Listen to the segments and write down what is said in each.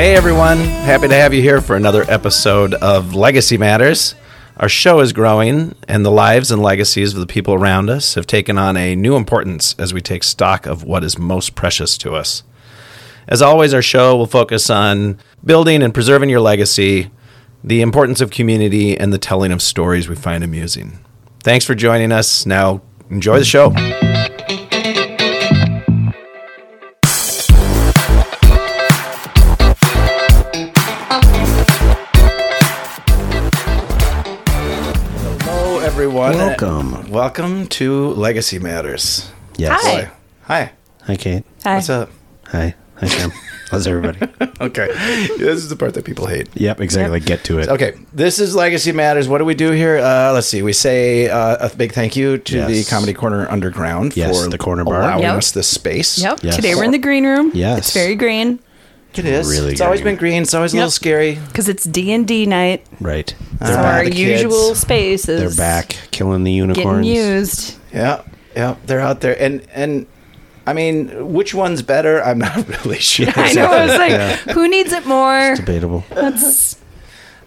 Hey everyone, happy to have you here for another episode of Legacy Matters. Our show is growing, and the lives and legacies of the people around us have taken on a new importance as we take stock of what is most precious to us. As always, our show will focus on building and preserving your legacy, the importance of community, and the telling of stories we find amusing. Thanks for joining us. Now, enjoy the show. Hello, everyone. Welcome. Welcome to Legacy Matters. Yes. Hi. Boy. Hi. Hi, Kate. Hi. What's up? Hi. Hi, Sam. How's everybody? Okay. this is the part that people hate. yep, exactly. Get to it. Okay, this is Legacy Matters. What do we do here? Uh, let's see. We say uh, a big thank you to the Yes. Comedy Corner Underground Yes, for the corner bar. allowing Yep. us this space. Yep. Yes. Today we're in the green room. Yes. It's very green it is. Really it's always green. been green. It's always a Yep. little scary. because it's D and D night. Right. So our the kids. usual space is They're back killing the getting unicorns. used. Yeah, yeah, they're out there, and and I mean, which one's better? I'm not really sure. I know. I was like, who needs it more? Debatable. That's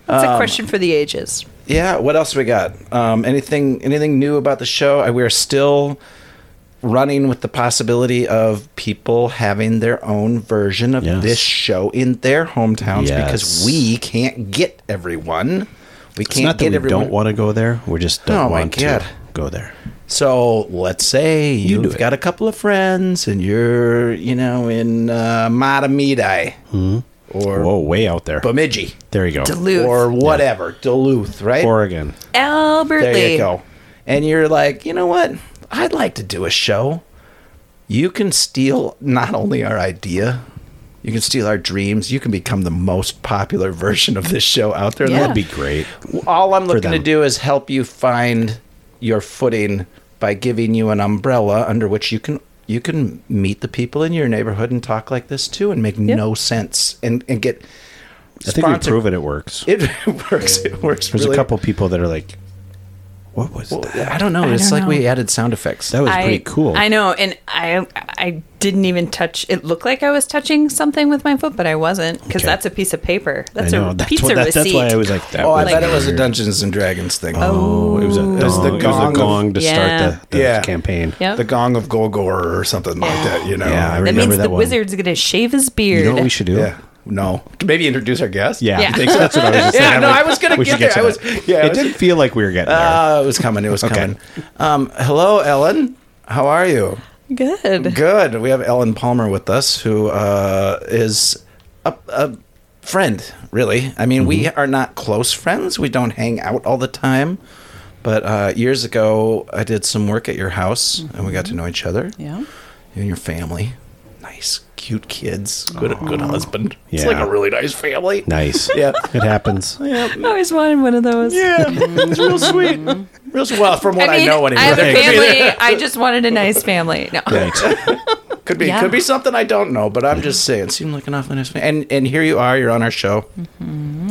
that's Um, a question for the ages. Yeah. What else we got? Um, anything anything new about the show? I- We are still running with the possibility of people having their own version of Yes. this show in their hometowns Yes. because we can't get everyone. We It's can't not that get we everyone. don't want to go there. We just Oh, don't my want God. to go there. so let's say You do you've it. got a couple of friends and you're, you know, in uh, Matamidi Hmm. or Whoa, way out there. Bemidji there you go. Duluth, or whatever, Duluth, right? Oregon. Albert There Lee. you go. And you're like, you know what? I'd like to do a show. You can steal not only our idea, you can steal our dreams. You can become the most popular version of this show out there. Yeah. That'd be great. All I'm looking to them. do is help you find your footing by giving you an umbrella under which you can you can meet the people in your neighborhood and talk like this too and make no sense and, and get I think we've proven it works. it works it works There's really- a couple people that are like, what was that? I don't know. it's don't like know. we added sound effects. That was pretty cool. I know, and I I didn't even touch. It looked like I was touching something with my foot, but I wasn't because Okay. that's a piece of paper. I That's know. a That's, pizza what, that's, receipt. that's why I was like, that Oh, I was bet it was a weird. Dungeons and Dragons thing. Oh, it was a gong, was the it was gong a of- gong to Yeah. start the, the Yeah. campaign. Yep. the Gong of Golgor or something like that. You know? Yeah, I that remember means that the one. wizard's gonna shave his beard. You know what we should do? yeah. No, maybe introduce our guest. Yeah, Yeah. I think so. that's what I was just saying. Yeah, I'm no, like, I was gonna we should get there. to I that. was- yeah, I it was- didn't feel like we were getting there. Uh, it was coming. It was coming. Um, hello, Ellen. How are you? Good. Good. We have Ellen Palmer with us, who uh, is a, a friend. Really, I mean, we Mm-hmm. are not close friends. We don't hang out all the time. But uh, years ago, I did some work at your house, and we got to know each other. Mm-hmm. Yeah. you and your family. Nice, cute kids. Good, good husband. It's Yeah. like a really nice family. Nice. Yeah. it happens. I always wanted one of those. Yeah, it's real sweet. Real sweet. Well, from what I, know, anyway. Mm-hmm. I have a Could be- family. I just wanted a nice family. No. Right. Could be, Yeah. Mm-hmm. could be something I don't know, but I'm just saying. It seemed like an awfully nice family. And and here you are. You're on our show.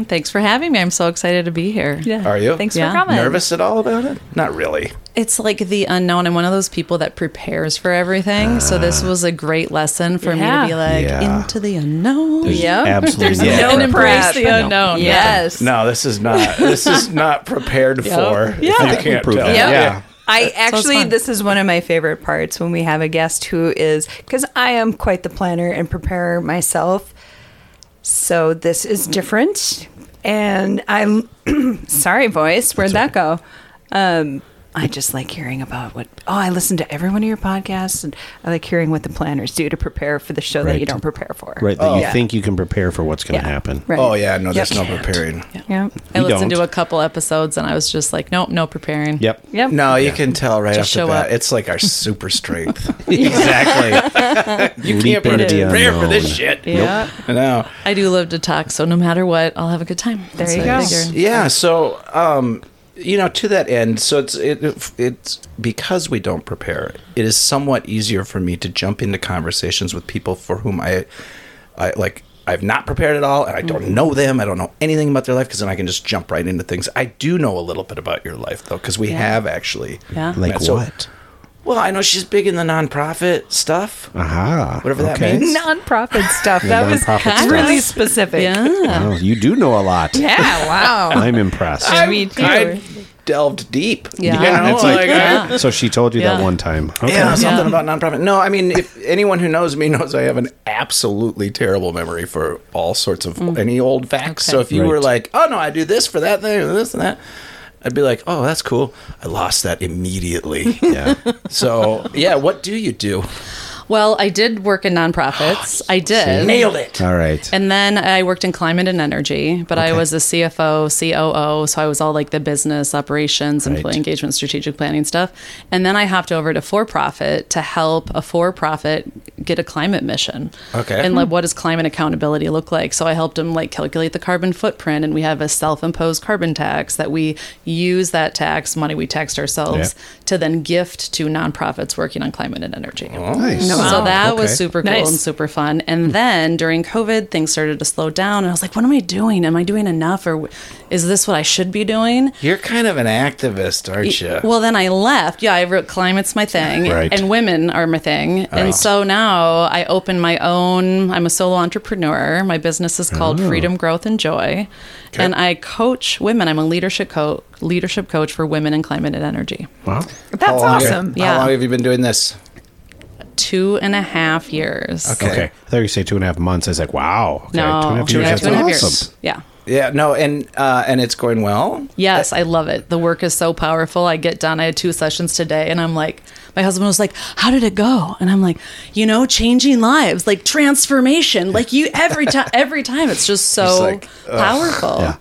Thanks for having me. I'm so excited to be here. Yeah. Are you? Thanks Yeah. for coming. Nervous at all about it? Not really. It's like the unknown. I'm one of those people that prepares for everything. so this was a great lesson for me Yeah. to be like Ah. Yeah. into the unknown. Yep. Absolutely. not. There's no And embrace prep. the unknown. Yes. No, this is not. This is not prepared for. Yeah. I I think we can't proved tell. that. Yep. Yeah. I it's actually, fun. this is one of my favorite parts when we have a guest who is, because I am quite the planner and preparer myself. So this is different. And I'm sorry, voice. Where'd that go? Um, I just like hearing about what. Oh, I listen to every one of your podcasts, and I like hearing what the planners do to prepare for the show that Right. you don't prepare for. Right. That you Yeah. think you can prepare for what's going to Yeah. happen. Right. Oh yeah. No, there's Yep. no preparing. Yeah. I You listened don't. to a couple episodes and I was just like, nope, no preparing. Yep. Yep. No, you can tell right Just off the show bat. up. It's like our super strength. Exactly. you Leap can't prepare, into the prepare for this unknown. shit. Yeah. No. I do live to talk, so no matter what, I'll have a good time. There you go. Yeah. So, um, you know, to that end, so it's it, it's because we don't prepare. It is somewhat easier for me to jump into conversations with people for whom I, I like. I've not prepared at all, and I don't know them. I don't know anything about their life because then I can just jump right into things. I do know a little bit about your life though, because we have actually Yeah. Like met. So- what? Well, I know she's big in the nonprofit stuff. Aha. Whatever that okay. means. Nonprofit stuff. The that was nonprofit stuff. really specific. Yeah. Wow, you do know a lot. Yeah, wow. I'm impressed. I mean, I delved deep. Yeah. You know, It's like- like, I- Yeah. So she told you that Yeah. one time. Okay. Yeah, something about nonprofit. No, I mean, if anyone who knows me knows I have an absolutely terrible memory for all sorts of any old facts. So Mm. Okay. if you were Right. like, "Oh no, I do this for that thing, and this and that," I'd be like, "Oh, that's cool." I lost that immediately. Yeah. so yeah, what do you do? Well, I did work in nonprofits. I did. Nailed it. All right. And then I worked in climate and energy, but I was the CFO, COO, so I was all like the business operations, employee Right. engagement, strategic planning stuff. And then I hopped over to for profit to help a for profit get a climate mission. Okay. And like, what does climate accountability look like? So I helped them like calculate the carbon footprint, and we have a self-imposed carbon tax that we use that tax money we taxed ourselves Yeah. to then gift to nonprofits working on climate and energy. nice. So that was Okay. super cool Nice. and super fun. And then during COVID, things started to slow down, and I was like, "What am I doing? Am I doing enough, or w- is this what I should be doing?" You're kind of an activist, aren't you? Well, then I left. Yeah, I wrote climate's my thing, Right. and women are my thing. And so now I open my own. I'm a solo entrepreneur. My business is called Oh. Freedom, Growth, and Joy, and I coach women. I'm a leadership coach, leadership coach for women in climate and energy. Wow. How That's long- awesome. Yeah. How long have you been doing this? Two and a half years. Okay. Okay. I thought you say two and a half months. I was like, wow. Okay. No, Two and a half yeah, years. two and a half That's years. awesome. Yeah. Yeah, no, and uh, and it's going well. Yes, I love it. The work is so powerful. I get done. I had two sessions today, and I'm like, my husband was like, "How did it go?" And I'm like, you know, changing lives, like transformation, like you every time. Every time, it's just so like, powerful. Yeah.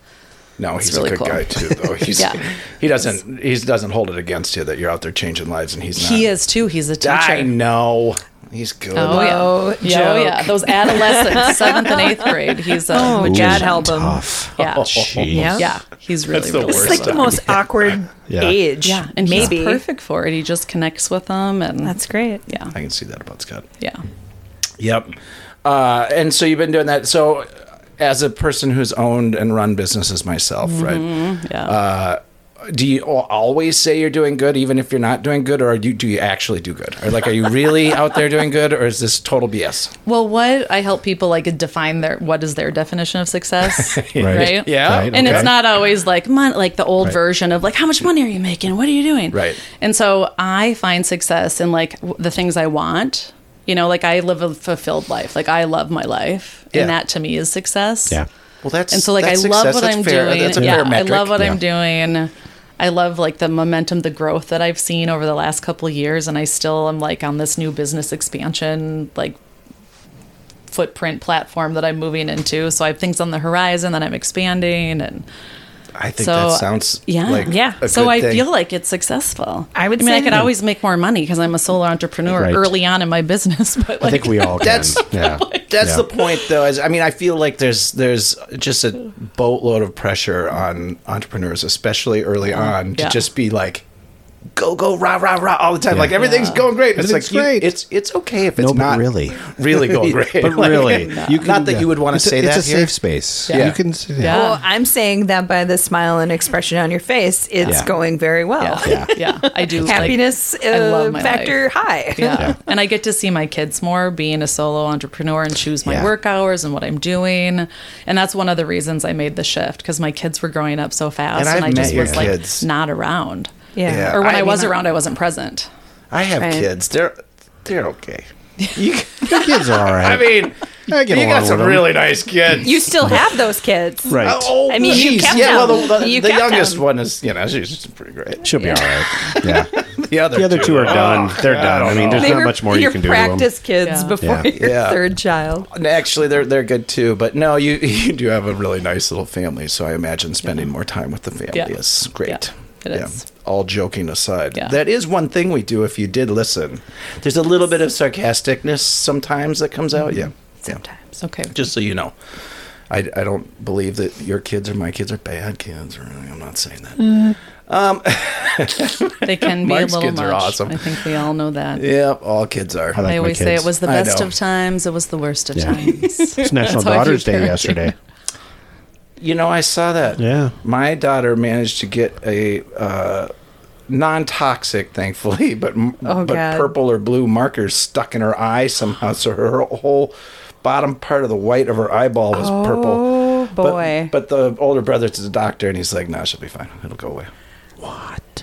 No, he's really a good cool. guy too, though. He's, Yeah. he doesn't he doesn't hold it against you that you're out there changing lives, and he's not. He is too. He's a teacher. I know. He's good. Oh No yeah. yeah, oh joke. yeah. Those adolescents, seventh and eighth grade. He's a Oh, magician. God help him. Tough. Yeah, Jeez. Yeah. yeah. He's really the really It's worst cool. like the most awkward Yeah. age. Yeah, and he's maybe. perfect for it. He just connects with them, and That's great. yeah, I can see that about Scott. yeah. Yep. Uh, and so you've been doing that. So, as a person who's owned and run businesses myself, Mm-hmm. right? Yeah. Do you al- always say you're doing good, even if you're not doing good, or do you, do you actually do good? Or like, are you really out there doing good, or is this total BS? Well, what I help people like define their what is their definition of success, right? Yeah. Right, And it's okay. not always like mon- like the old Right. version of like how much money are you making? What are you doing? Right. And so I find success in like w- the things I want. You know, like I live a fulfilled life. Like I love my life, Yeah. and that to me is success. Yeah. Well, that's And so like I that's love success. what That's I'm fair. doing. That's a yeah, fair metric. I love what I'm Yeah. doing. I love like the momentum, the growth that I've seen over the last couple of years, and I still am like on this new business expansion like footprint platform that I'm moving into. So I have things on the horizon that I'm expanding, and I think so that sounds yeah, like yeah. a so good I thing. feel like it's successful. I would I mean, say I could that- always make more money because I'm a solo entrepreneur Right. early on in my business, but like, I think we all can. That's- yeah. That's Yeah. the point, though. Is I mean, I feel like there's there's just a boatload of pressure on entrepreneurs, especially early on, to Yeah. just be like, go go rah rah rah all the time. Yeah. Like everything's Yeah. going great. It's like Everything's you- great. it's it's okay if it's No, but not really. really going great. But Like, really, you can, not that you would want to It's a- say it's that a here. safe space. Yeah. You can. Yeah. Well, I'm saying that by the smile and expression on your face, it's Yeah. going very well. yeah, yeah, I do like- Happiness I uh, love my factor high. Yeah. Yeah. And I get to see my kids more being a solo entrepreneur and choose my Yeah. work hours and what I'm doing. And that's one of the reasons I made the shift because my kids were growing up so fast And and, I've I met just your was kids. like not around. Yeah. Yeah. Or when I I, mean, was I- around, I wasn't present. I have Right. kids. They're they're okay. You, The kids are all right. I mean, I get you along got with some them. really nice kids. You still have those kids. Right. Oh, I mean, you geez, kept yeah. Well, them. the, the, You the kept youngest them. one is, you know, she's pretty great. She'll be all right. Yeah. The other, The other two are done. They're done. I mean, there's They not were much more you your can do to 'em. practice kids Yeah. before Yeah. your Yeah. third child. And Actually, they're they're good too. But no, you you do have a really nice little family, so I imagine spending more time with the family Yeah. is great. Yeah, it is. All joking aside, Yeah. that is one thing we do. If you did listen, there's a little bit of sarcasticness sometimes that comes out. Mm-hmm. Yeah, yeah. Sometimes. Okay. Just so you know, I, I don't believe that your kids or my kids are bad kids. Or anything. I'm not saying that. Mm. They can be a Mark's little kids much. are awesome. I think we all know that. Yeah, all kids are. I like I my always say kids. it was the I best know. of times, it was the worst of Yeah. times. It's National That's how I Daughters view Day parenting. yesterday. You know, I saw that. Yeah. My daughter managed to get a uh, non-toxic, thankfully, but m Oh, but God. purple or blue markers stuck in her eye somehow, so her whole bottom part of the white of her eyeball was purple. Oh, But- boy. But, the older brother's a doctor, and he's like, "No, she'll be fine. It'll go away."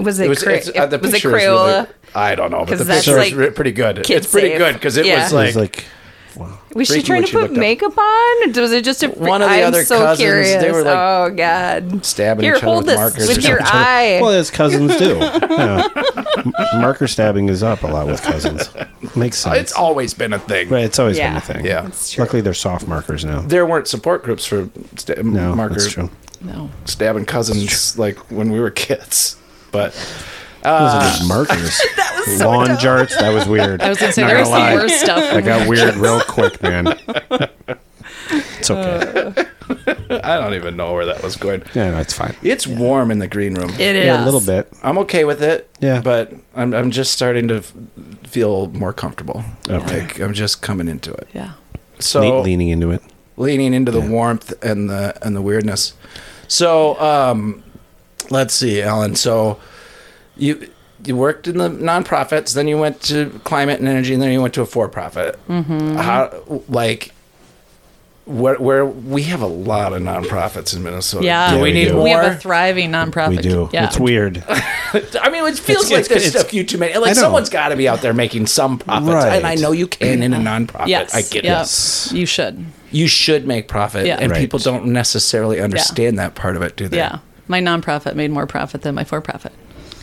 Was it, cra- it's- uh, was it picture is really- Crayola? I don't know, but 'Cause the that's picture is like re- pretty good. kid It's pretty safe. good because it Yeah. was It like, He's like, wow. was she freaky trying when to she put looked up. makeup on? Was it just a fr- One of the I'm other so cousins, they curious. were, like, oh god, stabbing Here, each other hold with this markers or with your something. eye. Well, as cousins do. Yeah. M- Marker stabbing is up a lot with cousins. Makes sense. it's always been a thing. right. It's always been Yeah. a thing. Yeah. That's true. Luckily, they're soft markers now. There weren't support groups for sta- no, markers. that's true. No. stabbing cousins like when we were kids. But Those are just markers. Ah. that was lawn jarts. That was weird. I was gonna say Not there was lie. some worse stuff. That got weird real quick, man. It's Uh, okay. I don't even know where that was going. yeah, no, it's fine. It's warm in the green room. it is Yeah, a little bit. I'm okay with it. Yeah. But I'm, I'm just starting to f- feel more comfortable. Okay. Like I'm just coming into it. Yeah. So Le- leaning into it. leaning into the warmth and the and the weirdness. So um, let's see, Alan. So you you worked in the nonprofits, then you went to climate and energy, and then you went to a for profit. Mm-hmm. How like where, where we have a lot of nonprofits in Minnesota. Yeah. do Yeah, we, we need do. more? We have a thriving We nonprofit. do. Yeah. It's weird. I mean, it feels It's- like it's- there's it's- a few too many. Like I know. someone's got to be out there making some profits, Right. and I know you can in a nonprofit. Yes. I get yeah. it. You should. You should make profit, Yeah. and Right. people don't necessarily understand that part of it, do they? Yeah. My nonprofit made more profit than my for profit.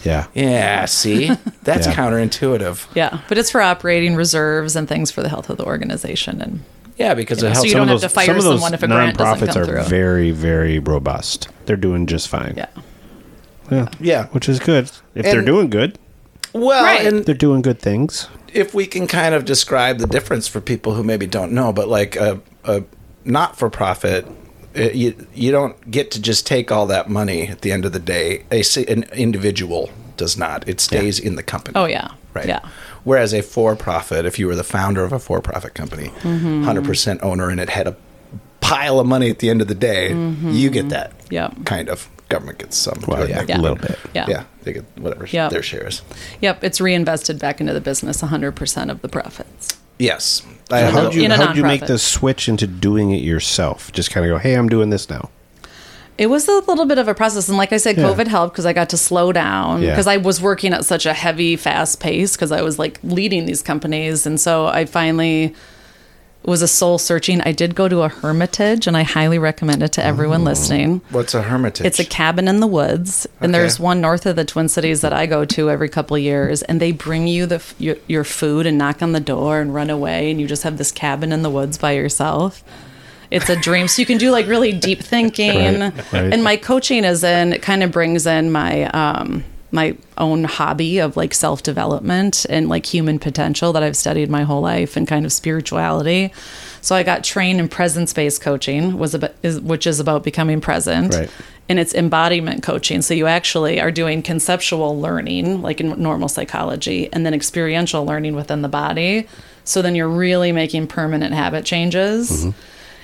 Yeah. Yeah, see? That's Yeah. counterintuitive. Yeah. But it's for operating reserves and because for the health of the organization and Yeah, because it so helps. you don't have to fire someone if a grant doesn't nonprofits come are through. very, very robust. They're doing just fine. yeah. Yeah. Yeah. Which is good. If they're And- doing good, well, Right. and they're doing good things. if we can kind of describe the difference for people who maybe don't know, but like a, a not for profit, you, you don't get to just take all that money at the end of the day. A, si- an individual does not, it stays in the company. Oh yeah. Right. Yeah. Whereas a for profit, if you were the founder of a for profit company, Mm-hmm. 100% owner, and it had a pile of money at the end of the day, Mm-hmm. you get that. Yep. Kind of. Government gets some. to Well, it. yeah, Yeah. a little bit. Yeah. Yeah. they get whatever Yeah. their shares. Yep. It's reinvested back into the business 100% of the profits. Yes. In a How'd you, in a how'd you make nonprofit. the switch into doing it yourself? Just kind of go, hey, I'm doing this now. It was a little bit of a process. And like I said, Yeah. COVID helped because I got to slow down Yeah. because I was working at such a heavy, fast pace because I was like leading these companies. And so I finally was a soul searching. I did go to a hermitage and I highly recommend it to everyone listening. What's a hermitage? It's a cabin in the woods, and Okay. there's one north of the Twin Cities that I go to every couple of years, and they bring you the f- your, your food and knock on the door and run away, and you just have this cabin in the woods by yourself. It's a dream, so you can do like really deep thinking. Right, right. And my coaching is in it kind of brings in my um, my own hobby of like self development and like human potential that I've studied my whole life and kind of spirituality. So I got trained in presence based coaching, was about, is, which is about becoming present Right. and it's embodiment coaching. So you actually are doing conceptual learning, like in normal psychology, and then experiential learning within the body. So then you're really making permanent habit changes.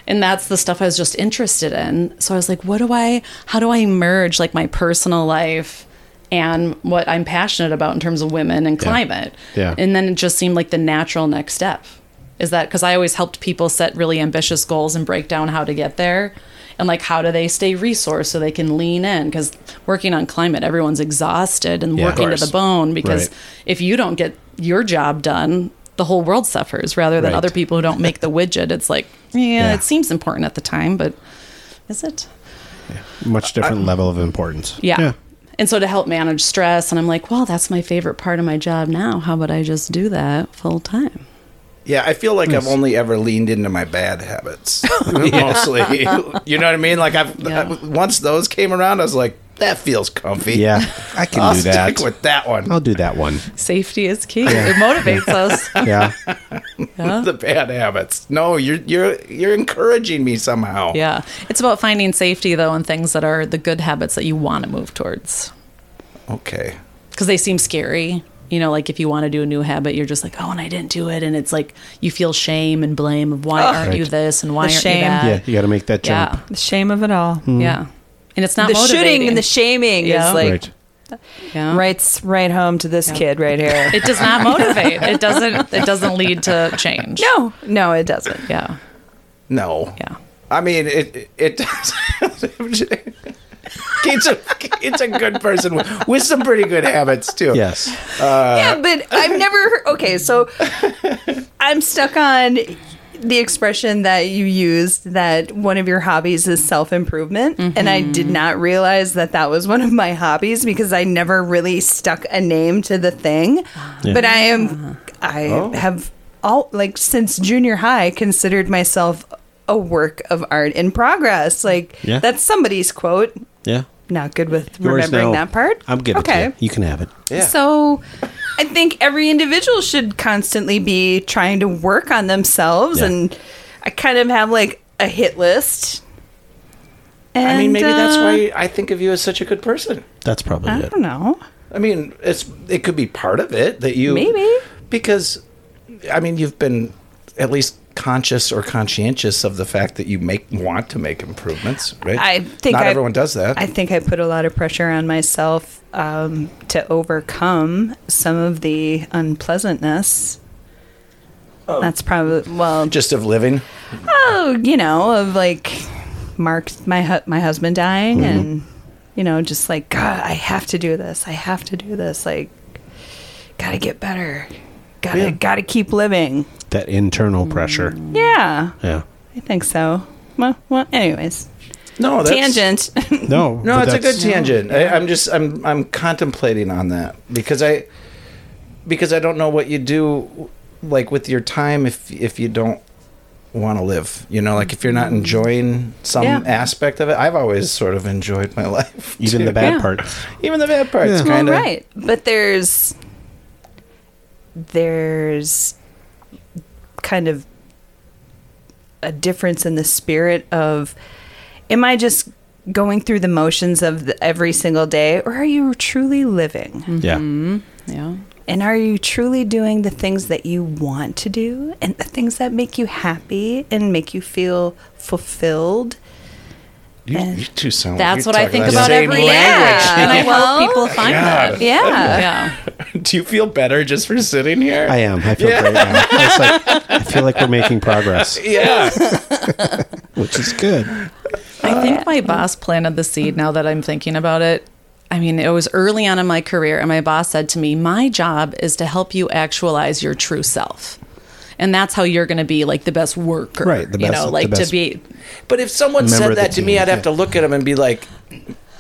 And that's the stuff I was just interested in. So I was like, what do I, how do I merge like my personal life and what I'm passionate about in terms of women and climate? Yeah. And then it just seemed like the natural next step is that because I always helped people set really ambitious goals and break down how to get there and like how do they stay resourced so they can lean in because working on climate everyone's exhausted and Yeah. working to Course. the bone because Right. if you don't get your job done the whole world suffers rather than Right. other people who don't make the widget it's like yeah, Yeah. it seems important at the time but is it Much different level of importance. yeah. And so to help manage stress and I'm like well that's my favorite part of my job now how about I just do that full time yeah, I feel like I've only ever leaned into my bad habits mostly. You know what I mean? Like I've Yeah. I- once those came around, I was like, that feels comfy. Yeah. I can I'll do stick that. with that one. I'll do that one. safety is key it motivates us Yeah. the bad habits. No, you're you're you're encouraging me somehow. Yeah. It's about finding safety, though, and things that are the good habits that you want to move towards Okay. because they seem scary. You know, like if you want to do a new habit, you're just like, oh, and I didn't do it. And it's like you feel shame and blame of why aren't Right. you this and why The aren't you shame. yeah. that. You got to make that Yeah. jump. the shame of it all. Yeah. And it's not the motivating. shooting and the shaming Yeah. is like Right. Yeah. Writes right home to this kid right here. It does not motivate. It doesn't. It doesn't lead to change. no, no, it doesn't. Yeah. No. Yeah. I mean, it it does. Kate's a, Kate's a good person with, with some pretty good habits too. Yes. yeah, but I've never heard. Okay, so I'm stuck on the expression that you used that one of your hobbies is self improvement. And I Mm-hmm. did not realize that that was one of my hobbies because I never really stuck a name to the thing. Yeah. Ah. Oh. But I am, I have all, like, since junior high, considered myself a work of art in progress. Like, Yeah. that's somebody's quote. Yeah. Not good with Yours remembering now. that part. I'm good. Okay. Okay. With you. you can have it. Yeah. So I think every individual should constantly be trying to work on themselves Yeah. and I kind of have like a hit list. I mean, And, maybe that's uh, why I think of you as such a good person. That's probably I it. don't know. I mean, it's it could be part of it that you Maybe. because I mean you've been at least conscious or conscientious of the fact that you make want to make improvements, right? I think not I- everyone does that. I think I put a lot of pressure on myself um, to overcome some of the unpleasantness. That's probably well, just of living. oh, you know, of like Mark, my hu- my husband dying, Mm-hmm. and you know, just like God, I have to do this. I have to do this. Like, gotta get better. Gotta Yeah. Mm-hmm. gotta keep living. That internal pressure. Mm. Yeah, Yeah. I think so. Well, well. Anyways, No, Oh, that's, tangent. No. No, but it's a good that's- tangent. I, I'm just I'm I'm contemplating on that because I because I don't know what you do like with your time if if you don't want to live. You know, like if you're not enjoying some Yeah. aspect of it. I've always sort of enjoyed my life. Even too. the bad Yeah. parts. even the bad parts Yeah. Well, kind of right, but there's there's kind of a difference in the spirit of am I just going through the motions of the, every single day or are you truly living Yeah. Mm-hmm. Yeah. and are you truly doing the things that you want to do and the things that make you happy and make you feel fulfilled You, And you two sound. That's like you what I talk think the about same every language. Oh Yeah. And I Well, help people find God. that. yeah Yeah. Do you feel better just for sitting here? I am. I feel great now. It's like, I feel like we're making progress, Yeah. which is good. I think my boss planted the seed now that I'm thinking about it. I mean, it was early on in my career, and my boss said to me, My job is to help you actualize your true self. And that's how you're going to be like the best worker. Right, the you best- know, the like best- to be, but if someone Member said of the that to me, team, I'd have to look at them and be like,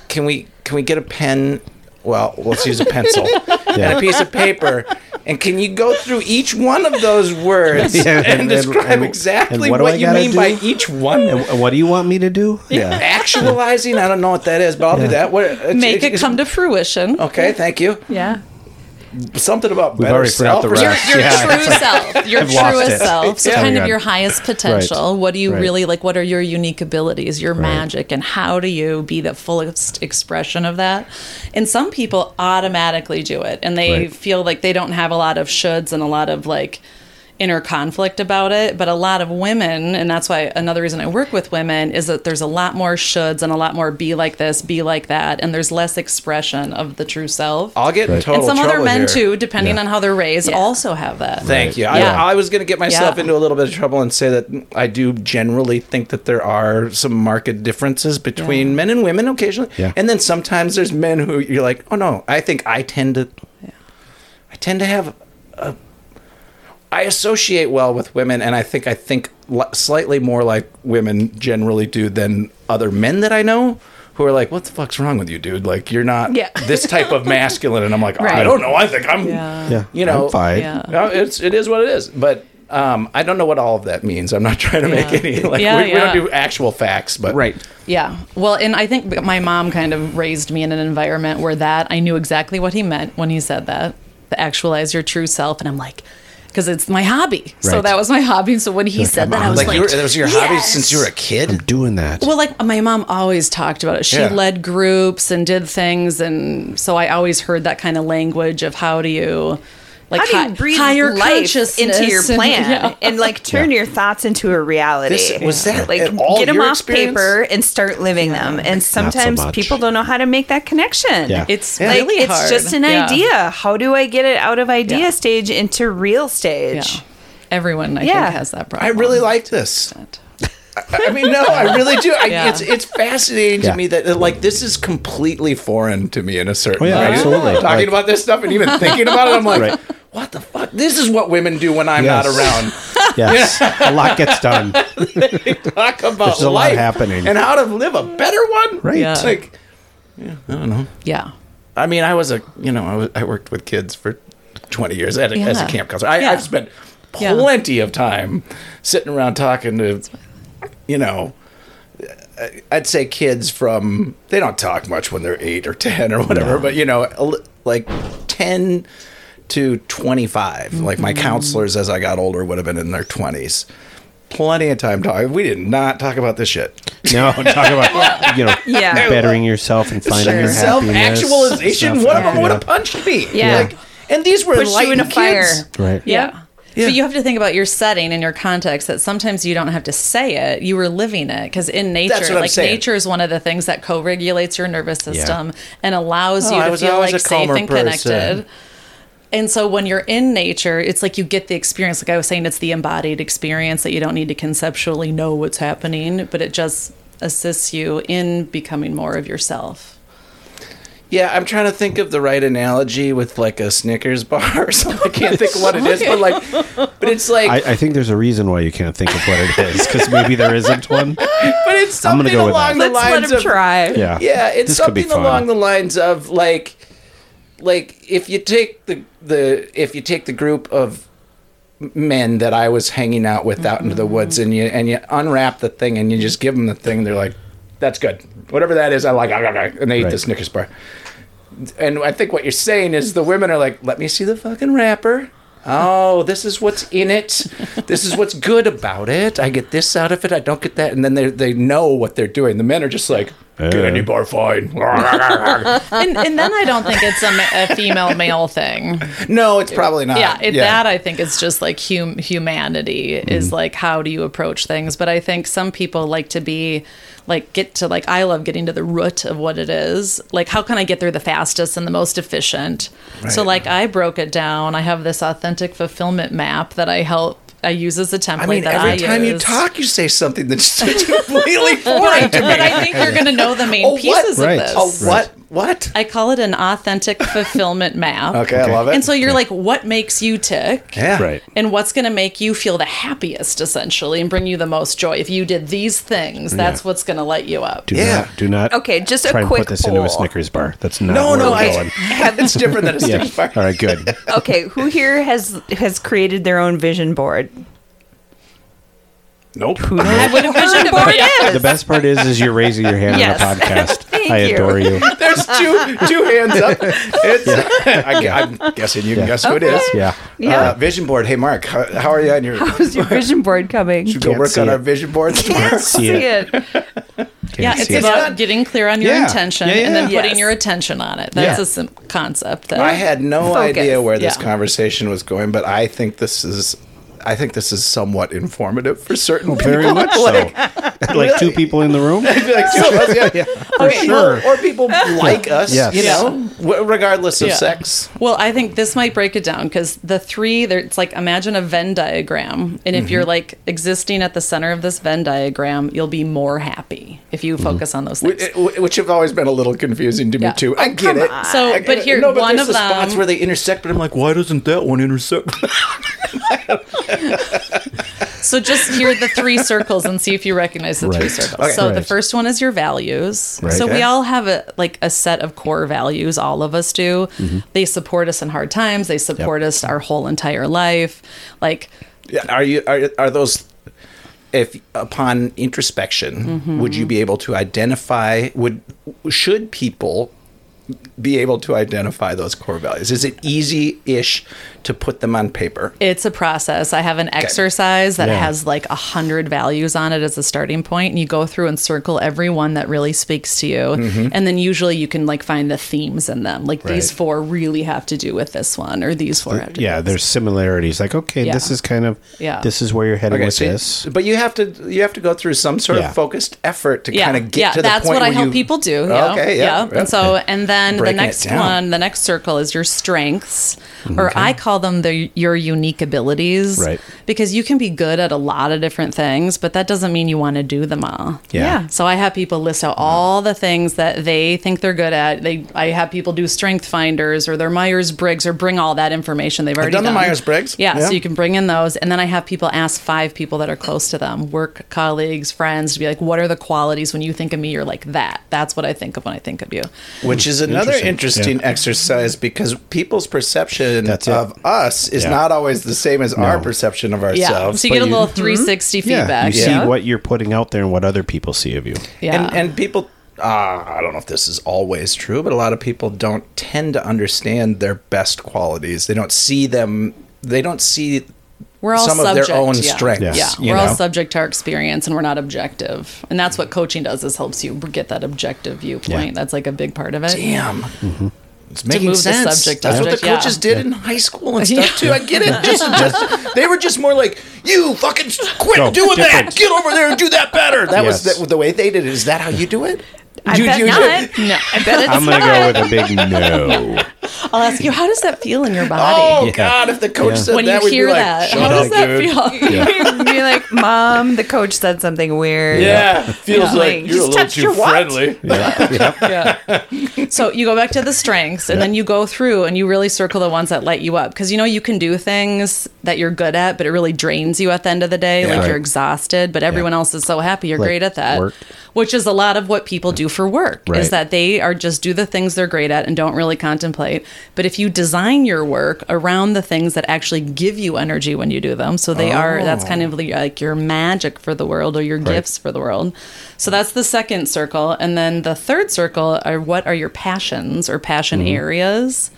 "Can we? Can we get a pen? Well, let's use a pencil and Yeah. a piece of paper." And can you go through each one of those words Yeah, and, and- and- describe and- exactly and what what, do I you gotta mean by do? each one? And wh- what do you want me to do? Actualizing? I don't know what that is, but I'll do that. What, it's- make it it's- come to fruition. Oh. Okay, thank you. yeah Something about We've better already self forgot the or rest. Your Yeah. true self, your I've lost truest it. self, so Yeah. kind Oh my of your God. highest potential. What do you Right. really like? What are your unique abilities, your magic, and how do you be the fullest expression of that? And some people automatically do it and they Right. feel like they don't have a lot of shoulds and a lot of like inner conflict about it. But a lot of women, and that's why another reason I work with women is that there's a lot more shoulds and a lot more be like this, be like that, and there's less expression of the true self. I'll get in Right. total and some trouble other men here. too, depending Yeah. on how they're raised, also have that. Thank you. Yeah. I, I was going to get myself Yeah. into a little bit of trouble and say that I do generally think that there are some marked differences between men and women occasionally, Yeah. and then sometimes there's men who you're like, oh no, I think I tend to, I tend to have, a, I associate well with women, and I think I think li- slightly more like women generally do than other men that I know. Who are like, what the fuck's wrong with you, dude? Like, you're not Yeah. this type of masculine, and I'm like, I Right. don't know. I think I'm, Yeah. Yeah. you know, I'm fine. Yeah. no, Oh, it's it is what it is. But um, I don't know what all of that means. I'm not trying to Yeah. make any like Yeah, we, we don't yeah. do actual facts, but Right. Yeah. Well, and I think my mom kind of raised me in an environment where that I knew exactly what he meant when he said that, the actualize your true self. And I'm like, because it's my hobby. So Right. that was my hobby. So when he Like, said my that, I mom- was Like, like, you were, that was your hobby since you were a I'm kid. doing that. well, like my mom always talked about it. She Yeah. led groups and did things. And so I always heard that kind of language of how do you like How do hi- you breathe higher life consciousness into your and- plan and, yeah. like turn your thoughts into a reality? This- was that like at all get them your off experience? paper and start living them? And sometimes much. people don't know how to make that connection. Yeah. It's Yeah. Like, really it's hard. just an Yeah. idea. How do I get it out of idea Yeah. stage into real stage? Yeah. Everyone, I Yeah. think, has that I problem. really like this. I I mean, no, I really do. I, Yeah. It's it's fascinating Yeah. to me that that, like this is completely foreign to me in a certain Oh, yeah, way. absolutely. Talking Like- about this stuff and even thinking about it, I'm like, Right. what the fuck? This is what women do when I'm Yes. not around. Yes, a lot gets done. Talk about There's a lot life happening. and how to live a better one. Right. Yeah. Like, yeah, I don't know. Yeah. I mean, I was a you know I, was, I worked with kids for twenty years as a, as a Yeah. camp counselor. I, Yeah. I've spent Yeah. plenty of time sitting around talking to you know I'd say kids from they don't talk much when they're eight or ten or whatever, but you know el- like ten to twenty Like Mm. my counselors as I got older would have been in their twenties. Plenty of time talking. We did not talk about this shit. No, talk about you know Yeah. bettering yourself and finding your self happiness. actualization. One stuff like of them that. would have punched me. Yeah. and these were Push you in a enlightened fire. kids. Right. Yeah. Yeah. But you have to think about your setting and your context that sometimes you don't have to say it, you were living it. Because in That's nature, what I'm like saying. nature is one of the things that co regulates your nervous system and allows Oh, you I to was feel always like a safe calmer and connected. person. And so when you're in nature, it's like you get the experience. Like I was saying, it's the embodied experience that you don't need to conceptually know what's happening, but it just assists you in becoming more of yourself. Yeah, I'm trying to think of the right analogy with like a Snickers bar or something. I can't think of what it is, but like, but it's like, I, I think there's a reason why you can't think of what it is because maybe there isn't one. but it's I'm gonna something go with along the Let's let lines them of try. Yeah. yeah, it's This could be something fun. along the lines of like, like if you take the the if you take the group of men that I was hanging out with out into the woods and you and you unwrap the thing and you just give them the thing, they're like, that's good, whatever that is, I like, and they eat the Right. Snickers bar. and I think what you're saying is the women are like, let me see the fucking wrapper. Oh, this is what's in it. This is what's good about it. I get this out of it. I don't get that. And then they they know what they're doing. The men are just like, get Yeah. any bar fine. And, and then I don't think it's a, ma- a female male thing. no, it's probably not. yeah, it, that I think is just like hum- humanity Mm-hmm. is like how do you approach things. But I think some people like to be like get to like I love getting to the root of what it is. Like how can I get there the fastest and the most efficient? So Right. like I broke it down. I have this authentic fulfillment map that I help. I use as a template I mean, that every I time you use. talk, you say something that's just completely foreign to me. but I think you're going to know the main Oh, what? pieces Right. of this. Oh, what? What? I call it an authentic fulfillment map. Okay, I love it. And so you're like, what makes you tick? yeah. Right. and what's going to make you feel the happiest essentially and bring you the most joy if you did these things that's Yeah. what's going to light you up Do Yeah. not. Do not. Okay, just a try and quick put this into poll. a Snickers bar. That's not. No, where no, we're I, Going. it's different than a Yeah. Snickers bar. All right. Good. Okay, who here has has created their own vision board? Nope. What a vision board The is. best part is, is you're raising your hand Yes. on a podcast. Thank I you. adore you. There's two two hands up. It's, I, am guessing you can Yeah. guess who it is. Yeah. Yeah. Uh, vision board. Hey, Mark, how, how are you on your? How's your vision board coming? Should we go Can't work see on our it. vision boards tomorrow. Can't see it. yeah Can't it's see it. about not- getting clear on your Yeah. intention Yeah, and then yeah. putting Yes. your attention on it that's Yeah. a sim- concept that I had no Focus. idea where this Yeah. conversation was going, but I think this is. I think this is somewhat informative for certain people. very much so. Like- Like, two people in the room. like two of us, yeah. For Okay, sure. Or, or people like us, Yes. you Yeah. know, w- regardless of Yeah. sex. Well, I think this might break it down because the three, there, it's like imagine a Venn diagram. And if Mm-hmm. you're like existing at the center of this Venn diagram, you'll be more happy if Mm-hmm. you focus on those Wh- things. wh- Which have always been a little confusing to me Yeah. Oh, too. I get it. So, I get but it. here, no, but one there's of the spots them- where they intersect, but I'm like, why doesn't that one intersect? So just hear the three circles and see if you recognize the three Right. circles. Okay. So the Right. first one is your values. Right. So Okay. we all have a like a set of core values. All of us do. Mm-hmm. They support us in hard times. They support us our whole entire life. Like Yeah, are you are are those if upon Mm-hmm. introspection would you be able to identify would should people be able to identify those core values? Is it easy ish to put them on paper? It's a process. I have an exercise that Yeah. has like a hundred values on it as a starting point, and you go through and circle every one that really speaks to you, and then usually you can like find the themes in them. Like these Mm-hmm. Right. four really have to do with this one, or these four have to. yeah, do with there's similarities. Like, okay, Yeah. this is kind of Yeah. this is where you're heading with so you- this. but you have to you have to go through some sort Yeah. of focused effort to yeah, kind of get yeah, to the that's point what I where help you- people do. Yeah, Okay, yeah, yeah. yeah. And so, and then Breaking it the next down. one, the next circle is your strengths, or I call them the your unique abilities, Right. Because you can be good at a lot of different things, but that doesn't mean you want to do them all. Yeah. Yeah. So I have people list out all the things that they think they're good at. They, I have people do strength finders or their Myers Briggs or bring all that information they've already done the done. Myers-Briggs. Yeah, Yeah. So you can bring in those, and then I have people ask five people that are close to them, work colleagues, friends, to be like, what are the qualities when you think of me? You're like that. That's what I think of when I think of you. which is another Interesting. interesting Yeah. exercise because people's perception That's it. of us is Yeah. not always the same as our perception of Yeah. ourselves. so you but get a little 360 Yeah, you feedback. see yeah. what you're putting out there and what other people see of you. yeah. And, and people, uh, I don't know if this is always true, but a lot of people don't tend to understand their best qualities. They don't see them. They don't see we're all some of their subject, own yeah. strengths. Yeah, Yes. you we're know? all subject to our experience, and we're not objective. And that's what coaching does is helps you get that objective viewpoint. Yeah. That's like a big part of it. Damn. Mm-hmm. It's making move the sense. subject That's what object, the coaches yeah. did in high school and stuff Yeah. too. I get it. Just, just they were just more like, "You fucking s- quit Go. doing that. Different. Get over there and do that better." That was Yes. the, the way they did it. Is that how you do it? I You- bet you- not. No, I bet it's I'm gonna go with a big no. I'll ask you, how does that feel in your Oh body Yeah. God! If the coach said when that, you we'd hear be like, that? "Shut How up, does that dude." feel? You'd be like, Mom, the coach said something weird. Yeah, feels Yeah. like Like, you're a just little touched your too what? friendly. yeah. So you go back to the strengths and then you go through and you really circle the ones that light you up because you know you can do things that you're good at, but it really drains you at the end of the day. Like Right. you're exhausted, but everyone else is so happy you're Like great at that. work. Which is a lot of what people do for work Right. is that they are just do the things they're great at and don't really contemplate. But if you design your work around the things that actually give you energy when you do them, so they are that's kind of li- like your magic for the world or your gifts for the world. So that's the second circle, and then the third circle are what are your passions or passion areas.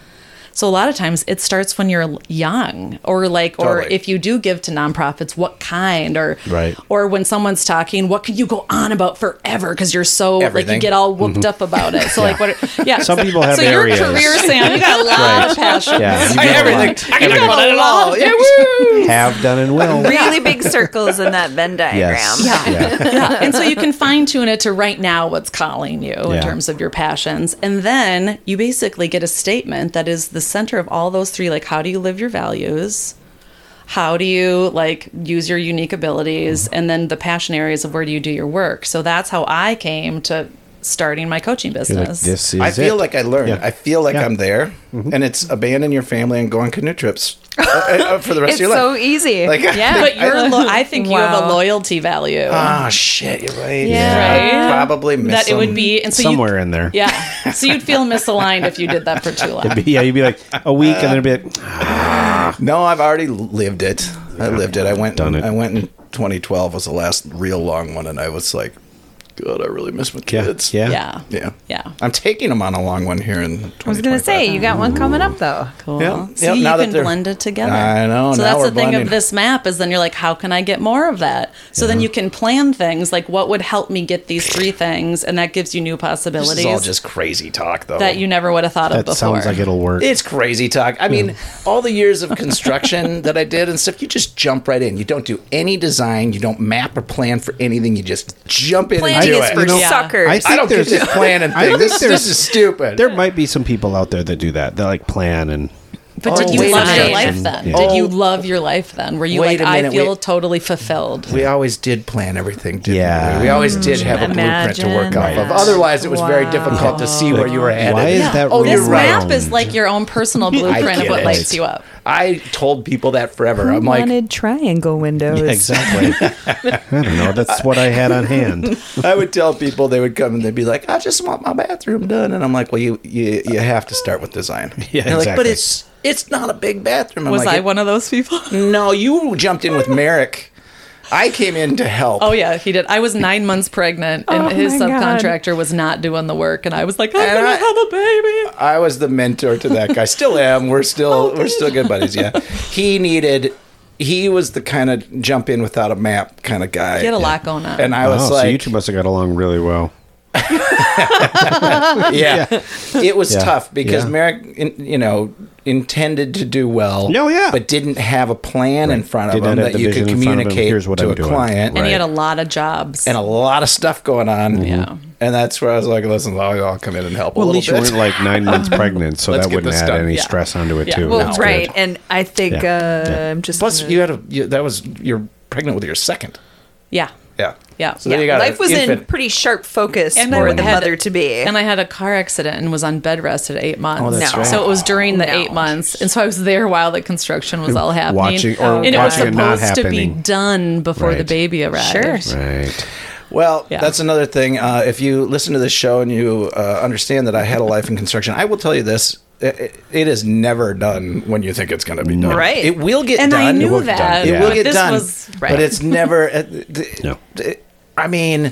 So a lot of times it starts when you're young, or like, or Totally. if you do give to nonprofits, what kind, or Right. or when someone's talking, what could you go on about forever because you're so like Everything. you get all whooped Mm-hmm. up about it. So like what? are- Yeah. Some people have so areas. your career, Sam, you got a lot Right. of passion. Yeah, you I, get a lot. everything. I can Everything. talk about it all. Yeah, woo. Have done and will. Really big circles in that Venn diagram. Yes. Yeah. yeah. And so you can fine tune it to right now what's calling you Yeah. in terms of your passions. And then you basically get a statement that is the center of all those three. Like, how do you live your values? How do you like use your unique abilities? Mm-hmm. And then the passion areas of where do you do your work? So that's how I came to starting my coaching You're like, business. this is I feel it. like I learned. Yeah. I feel like Yeah. Mm-hmm. I'm there, and it's abandon your family and go on canoe trips uh, uh, for the rest It's of your so life. easy. Like, yeah, but you're. I, lo- I think you have a Wow. loyalty value. Ah, shit, you're right. Yeah. I Right? probably miss that it them. would be and so you- somewhere in there. yeah. So you'd feel misaligned if you did that for too long. yeah, you'd be like a week, and then it'd be like, No, I've already lived it. I lived it. I went. Done it. I went in 2012 was the last real long one, and I was like, God, I really miss my yeah, kids. yeah. Yeah. yeah, Yeah. I'm taking them on a long one here in. I was going to say, you got one coming up, though. Cool. Yeah. See, Yep, you now that can they're- blend it together. I know, now So that's we're the thing blending. of this map is then you're like, how can I get more of that? So then you can plan things like what would help me get these three things, and that gives you new This possibilities is all just crazy talk, though. that you never would have thought of That before. sounds like it'll work. It's crazy talk. I mean, all the years of construction that I did and stuff, you just jump right in. You don't do any design. You don't map or plan for anything. You just jump in and Planning do is it. for Yeah. suckers. I think I don't get there's- this plan and I thing. think This, this there's- is stupid. there might be some people out there that do that. They like plan and but did Oh, you wait a love your minute. life then? Yeah. Did Oh. you love your life then? Were you Wait like, a I minute, feel wait. totally fulfilled? we always did plan everything, didn't Yeah. Mm-hmm. we? We always did have a blueprint to work Imagine off of. that. Otherwise, it was very Wow. difficult to see where you were headed. Why is that? Oh, this you're right. map is like your own personal I blueprint of get what it. lights you up. I told people that forever. I'm like, wanted triangle windows. Yeah, exactly. I don't know. That's what I had on hand. I would tell people they would come and they'd be like, "I just want my bathroom done," and I'm like, "Well, you you, you have to start with design." Yeah, And they're like, but exactly. it's it's not a big bathroom. I'm Was like, I one of those people? No, you jumped in with Merrick. I came in to help. Oh yeah, he did. I was nine months pregnant, and Oh, his my God. subcontractor was not doing the work, and I was like, I'm And gonna I- have a baby. I was the mentor to that guy. Still am. We're still Oh, we're still good buddies. Yeah. He needed. He was the kind of jump in without a map kind of guy. He had a lot going on. And I Oh, was so you like, two must have got along really well. yeah. It was Yeah. tough because Yeah. Merrick, in, you know, intended to do well. No, Oh, yeah. But didn't have a plan in front of Did not him have that the you could vision in front of him. communicate Here's what to I'm a doing. client. And he had a Right. lot of jobs. And a lot of stuff going on. Mm-hmm. Yeah. And that's where I was like, listen, I'll, I'll come in and help Well, a at little least you bit. weren't like nine months pregnant, so Let's that get wouldn't this add done. any Yeah. stress onto it Yeah. too. Well, That's good. right. And I think Yeah. uh, Yeah. I'm just Plus, gonna- you had a you, that was you're pregnant with your second. yeah. Yeah. Yeah. So then you got life an was in infant. pretty sharp focus And I for would the have- mother to be. And I had a car accident and was on bed rest at eight months. that's No. right. So it was during the No. eight months, and so I was there while the construction was all happening, Watching- or and it was watching it not supposed to be happening. done before the Right. baby arrived. Sure. Right. Well, Yeah. that's another thing. Uh, if you listen to this show and you uh, understand that I had a life in construction, I will tell you this: it, it is never done when you think it's going to be done. Right. It will get And done. I It knew will- get that. done. It Yeah. will but get this done. Was, right. But it's never. uh, th- No. th- I mean.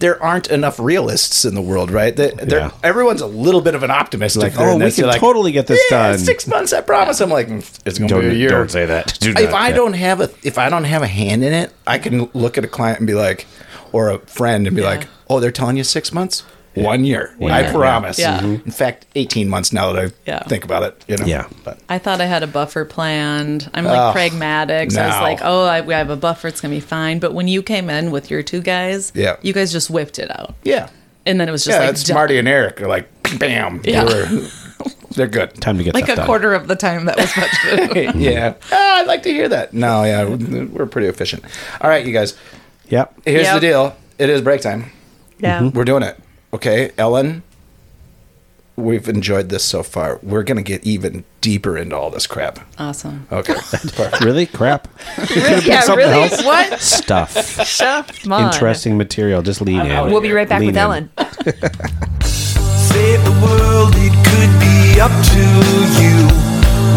There aren't enough realists in the world, right? They, they're, Yeah. Everyone's a little bit of an optimist. Like, oh, we can totally get this yeah, done. Six months, I promise. I'm like, "Mm, it's going to be a year. don't say that. Do if not- I yeah. don't have a if I don't have a hand in it, I can look at a client and be like, or a friend and be like, oh, they're telling you six months, one year, I year. Mm-hmm. promise. Yeah. Mhm. In fact, eighteen months now that I Yeah. think about it, you know. Yeah. But I thought I had a buffer planned. I'm like Ugh, pragmatic. So I was no. like, oh, I, we have a buffer. It's gonna be fine. But when you came in with your two guys, Yeah. you guys just whipped it out, yeah, and then it was just yeah. like it's done. Marty and Eric. They're like, bam. Yeah. They're, they're good. Time to get like stuff a done. quarter of the time that was much. yeah. Ah, I'd like to hear that. No, yeah, we're we're pretty efficient. All right, you guys. Yep. Here's the Yep. deal. It is break time. Mm-hmm. yeah. We're doing it. Okay, Ellen. We've enjoyed this so far. We're gonna get even deeper into all this crap. awesome. Okay. Really? Crap. yeah, something really? else? What? Stuff. Come on. Interesting material. Just lean in. We'll be right back Lean with in. Ellen. Save the world, it could be up to you.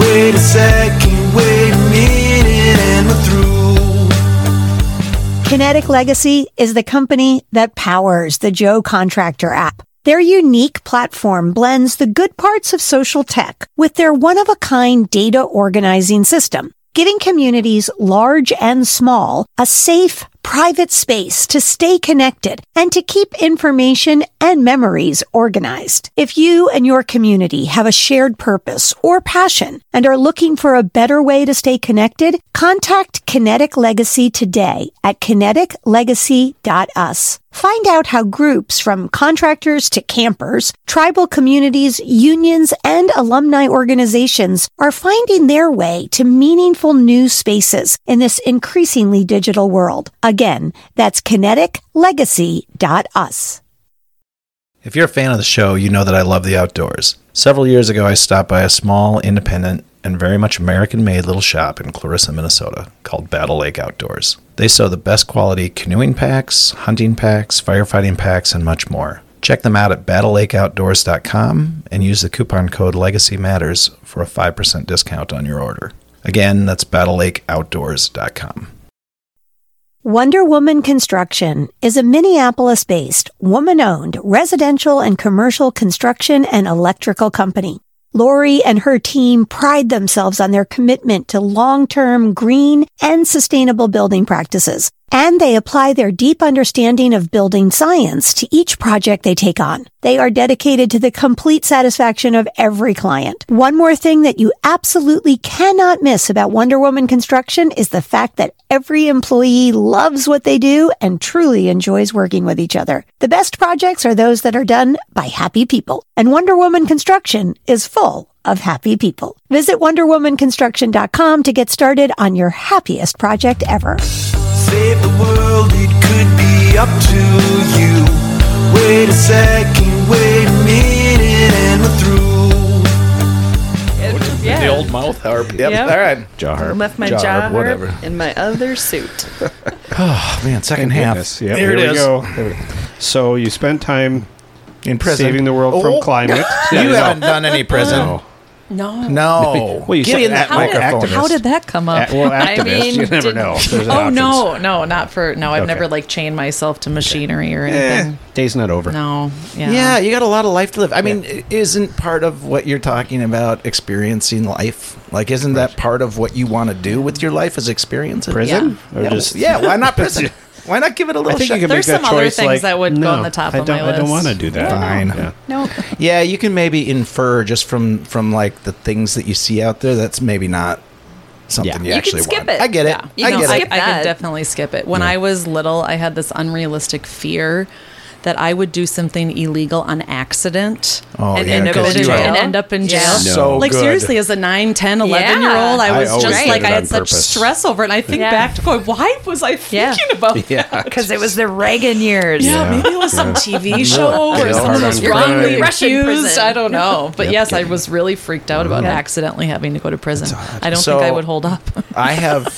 Wait a second, wait a minute, and we're through. Kinetic Legacy is the company that powers the Joe Contractor app. Their unique platform blends the good parts of social tech with their one of a kind data organizing system, giving communities large and small a safe, private space to stay connected and to keep information and memories organized. If you and your community have a shared purpose or passion and are looking for a better way to stay connected, contact Kinetic Legacy today at kineticlegacy.us. Find out how groups from contractors to campers, tribal communities, unions, and alumni organizations are finding their way to meaningful new spaces in this increasingly digital world. Again, that's kineticlegacy.us. If you're a fan of the show, you know that I love the outdoors. Several years ago, I stopped by a small, independent, and very much American made little shop in Clarissa, Minnesota called Battle Lake Outdoors. They sell the best quality canoeing packs, hunting packs, firefighting packs, and much more. Check them out at battleakeoutdoors.com and use the coupon code LegacyMatters for a 5% discount on your order. Again, that's battleakeoutdoors.com. Wonder Woman Construction is a Minneapolis based, woman owned residential and commercial construction and electrical company. Lori and her team pride themselves on their commitment to long term green and sustainable building practices, and they apply their deep understanding of building science to each project they take on. They are dedicated to the complete satisfaction of every client. One more thing that you absolutely cannot miss about Wonder Woman Construction is the fact that every employee loves what they do and truly enjoys working with each other. The best projects are those that are done by happy people, and Wonder Woman Construction is full of happy people. Visit wonderwomanconstruction.com to get started on your happiest project ever. Save the world, it could be up to you. Wait a second, wait a minute, and we're through. Yeah. mouth harp. Yep. All right. Jaw I harp. left my Job, job whatever. in my other suit. Oh, man, second half. Goodness. Yep, There it here we is. go. So you spent time In saving the world Oh. from climate. You haven't done any prison. No. No. No. Well, you Get said in that at- like microphone. activist. How did that come up? At- well, activist, you never did- know. There's oh options. no, no, not for no. I've Okay. never like chained myself to machinery or anything. Day's not over. No. Yeah. Yeah, you got a lot of life to live. I mean, i- isn't part of what you're talking about experiencing life? Like, isn't that part of what you want to do with your life is experience it? Prison? Yeah. Or Yeah, just yeah, why not prison? why not give it a I little think shot? you can There's make that some other choice, things like, that would go on no, the top I of don't, my I don't list. want to do that. Fine. Yeah. No. Yeah, you can maybe infer just from from like the things that you see out there. That's maybe not something Yeah. you, You can actually skip want. it. I get it. Yeah. You I can get I, it. skip I that. could definitely skip it. When I was little, I had this unrealistic fear that I would do something illegal on accident Oh, And yeah, end up because in you are jail. and end up in Yeah. jail. So like good. seriously, as a 9, 10, 11 Yeah. year old, I I was always just did like it I on had such purpose. stress over it. And I think Yeah. back to going, why was I Yeah. thinking about that? Yeah. Because it was the Reagan years. Yeah, Yeah. maybe it was some TV show Yeah. or someone was You're going to wrongly Russian accused. prison. I don't know. But Yep. yes, I was really freaked out about accidentally having to go to prison. I don't So- think I would hold up. I have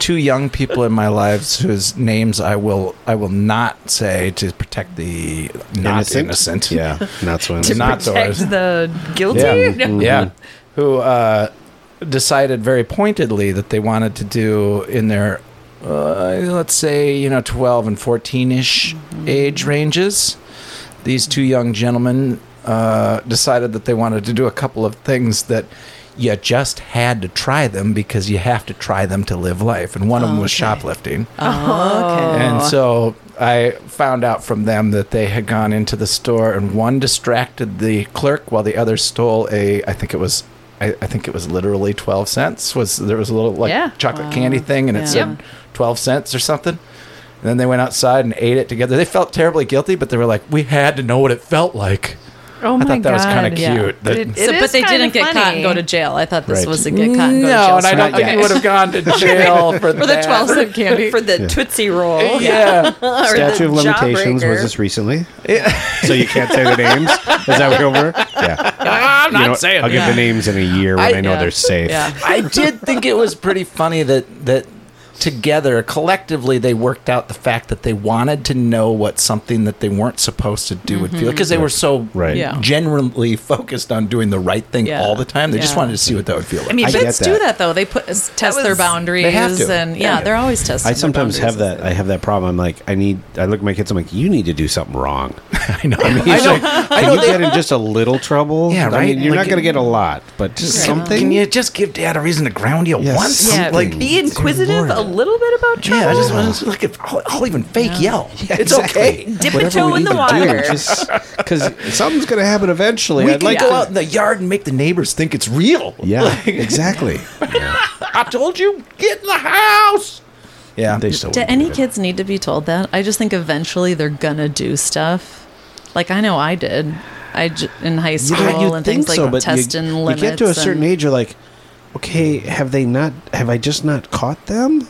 two young people in my lives whose names I will I will not say to protect the not innocent. Yeah. Not so innocent. not Protect those. the guilty. Yeah. Yeah. Who uh, decided very pointedly that they wanted to do in their, uh, let's say, you know, 12 and 14 ish age ranges. These two young gentlemen uh, decided that they wanted to do a couple of things that you just had to try them because you have to try them to live life. And one of them was Okay. shoplifting. Oh, okay. And so I found out from them that they had gone into the store and one distracted the clerk while the other stole a I think it was I, I think it was literally twelve cents was there was a little like Yeah. chocolate candy thing and it yeah. said twelve cents or something. And then they went outside and ate it together. They felt terribly guilty, but they were like, We had to know what it felt like. Oh I my thought that was kinda God. cute. that- It- So, is but they kinda didn't get caught funny. and go to jail. I thought this Right. was a get caught and go no, to jail. and I don't think strategy. you would have gone to jail for, for the that. 12 cent candy. For the Tootsie Roll. Yeah. Statue of the Limitations jawbreaker. was just recently. so you can't say the names? Is that what over? Yeah. I'm You not know, saying I'll give the names in a year when I- I, know Yeah. they're safe. Yeah. I did think it was pretty funny that that together collectively they worked out the fact that they wanted to know what something that they weren't supposed to do would feel because they were so Right. Mm-hmm. Yeah. generally focused on doing the right thing Yeah. all the time. They just Yeah. wanted to see what that would feel like. I mean, I but get Kids do that though. They put test their was- boundaries They have to. and yeah, Yeah. they're always testing. I their sometimes have boundaries. that. I have that problem. I'm like, I need. I look at my kids. I'm like, you need to do something wrong. I know. I He's know. like, I can know you get in just a little trouble? Yeah, I right? mean, you're Like, not going to get a lot, but just Can- something. Can you just give Dad a reason to ground you Yeah, once? something. Yeah, Like, like be Dear inquisitive Lord. a little bit about trouble. yeah, I just want to look at. I'll, I'll even fake yell. it's okay. Dip a Whatever toe we in need the to do, water. just because something's going to happen eventually. We I'd can like go uh, to- out in the yard and make the neighbors think it's real. Yeah, exactly. I told you, get in the house. Yeah, They still Do wouldn't any do it. kids need to be told that? I just think eventually they're gonna do stuff. Like I know I did. I j- in high school Yeah, you'd and things like but you- testing you, limits. get to a certain and- age, you're like, okay, have they not? Have I just not caught them?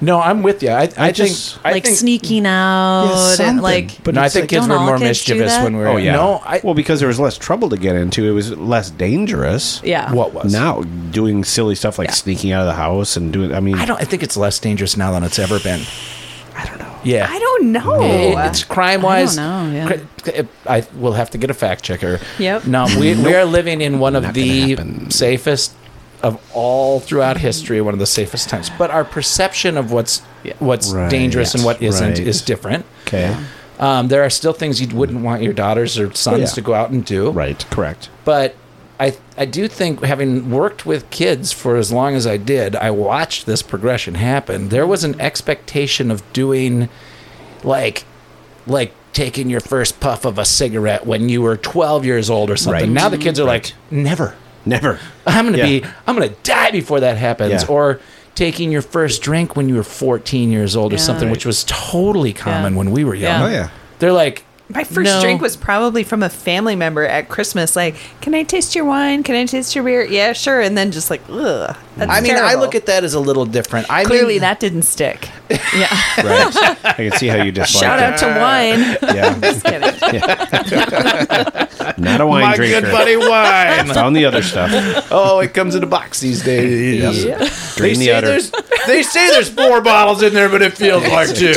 No, I'm with you. I, I, just- think I like think, sneaking out and something. like But no, I it's think like, kids don't were all more kids do mischievous that? when we were. No, I. well, because there was less trouble to get into. It was less dangerous. yeah. what was Now doing silly stuff like Yeah. sneaking out of the house and doing. I mean, I don't. I think it's less dangerous now than it's ever been. I don't know. Yeah. I don't know. It- it's crime wise. I don't know, yeah. I will have to get a fact checker. Yep. No, we, we are living in one of Not gonna the happen. safest of all throughout history, one of the safest times. But our perception of what's what's Right. dangerous and what isn't Right. is different. Okay. Um, there are still things you wouldn't want your daughters or sons Yeah. to go out and do. Right. Correct. but I I do think having worked with kids for as long as I did, I watched this progression happen. There was an expectation of doing like like taking your first puff of a cigarette when you were 12 years old or something. Right. Now the kids are like never. Never. I'm going to Yeah. be I'm going to die before that happens Yeah. or taking your first drink when you were 14 years old or Yeah. something which was totally common when we were young. Yeah. Oh yeah. They're like My first No. drink was probably from a family member at Christmas. Like, can I taste your wine? Can I taste your beer? Yeah, sure. And then just like, ugh. That's I mean, I terrible. look at that as a little different. I clearly mean, that didn't stick. Yeah. Right. I can see how you dislike Shout out it. to wine. yeah. just kidding. Not a wine my drinker. good buddy wine. Found the other stuff. Oh, it comes in a box these days. Drain they the say udder. there's They say there's four bottles in there, but it feels like two.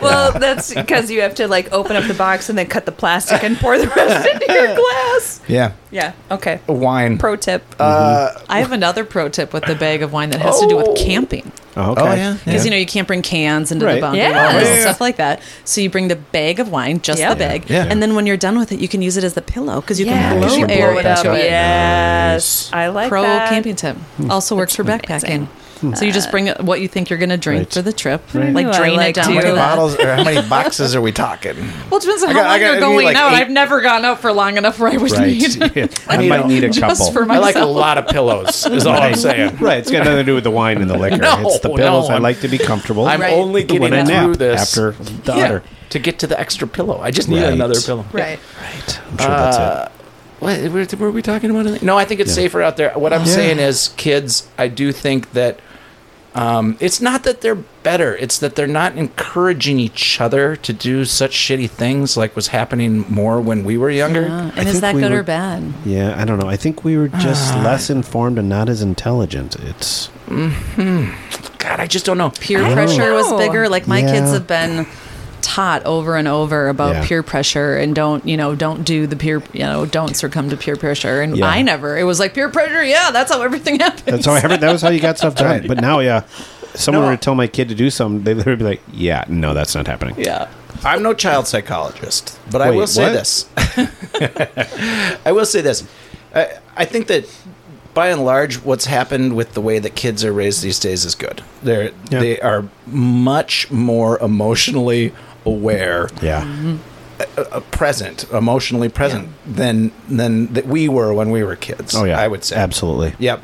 Well, that's because you have to like open up the box and then cut the plastic and pour the rest into your glass. Yeah. Yeah. Okay. Wine. Pro tip. I have another pro tip with the bag of wine that has to do with camping. Oh, okay. Oh, yeah. Because you know you can't bring cans into Right. the bungalow Yeah. and Yeah, yeah, stuff like that. So you bring the bag of wine, just Yep. the bag, Yeah. and then when you're done with it, you can use it as the pillow because you yeah. can blow you air blow it into up, it. Yes. I like Pro that. camping tip also works for backpacking. So you just bring what you think you're going to drink Right. for the trip, Ooh, like I drain like it down How to- to many that. bottles or how many boxes are we talking? Well, it depends on I how got- I got- long you're I need, going like, out. eight- I've never gone out for long enough where I would need Yeah. I might need a couple. just for I like myself. a lot of pillows. Is all I'm saying. Right, it's got nothing to do with the wine and the liquor. No, it's the pillows. no, I I'm- like to be comfortable. I'm Right. only getting When I nap through this after the Yeah, other. to get to the extra pillow. I just need Right. another pillow. right. I'm sure that's Uh, What it. were, were we talking about? No, I think it's safer out there. What I'm saying is, kids, I do think that um, it's not that they're better; it's that they're not encouraging each other to do such shitty things, like was happening more when we were younger. Uh, I and is think that we good or would- bad? Yeah, I don't know. I think we were just Uh, less informed and not as intelligent. It's God, I just don't know. peer pressure was know. bigger. Like my Yeah. kids have been taught over and over about Yeah. peer pressure and don't you know don't do the peer you know don't succumb to peer pressure and Yeah. i never it was like peer pressure yeah that's how everything happens that's how I ever, that was how you got stuff done. But now, yeah, someone were to tell my kid to do something, they would be like, "Yeah, no, that's not happening." yeah I'm no child psychologist, but I Wait, will say what? this. I will say this. I, I think that by and large, what's happened with the way that kids are raised these days is good. They're Yeah. they are much more emotionally aware, Yeah. uh, present, emotionally present than than that we were when we were kids. Oh yeah, I would say absolutely. Yep.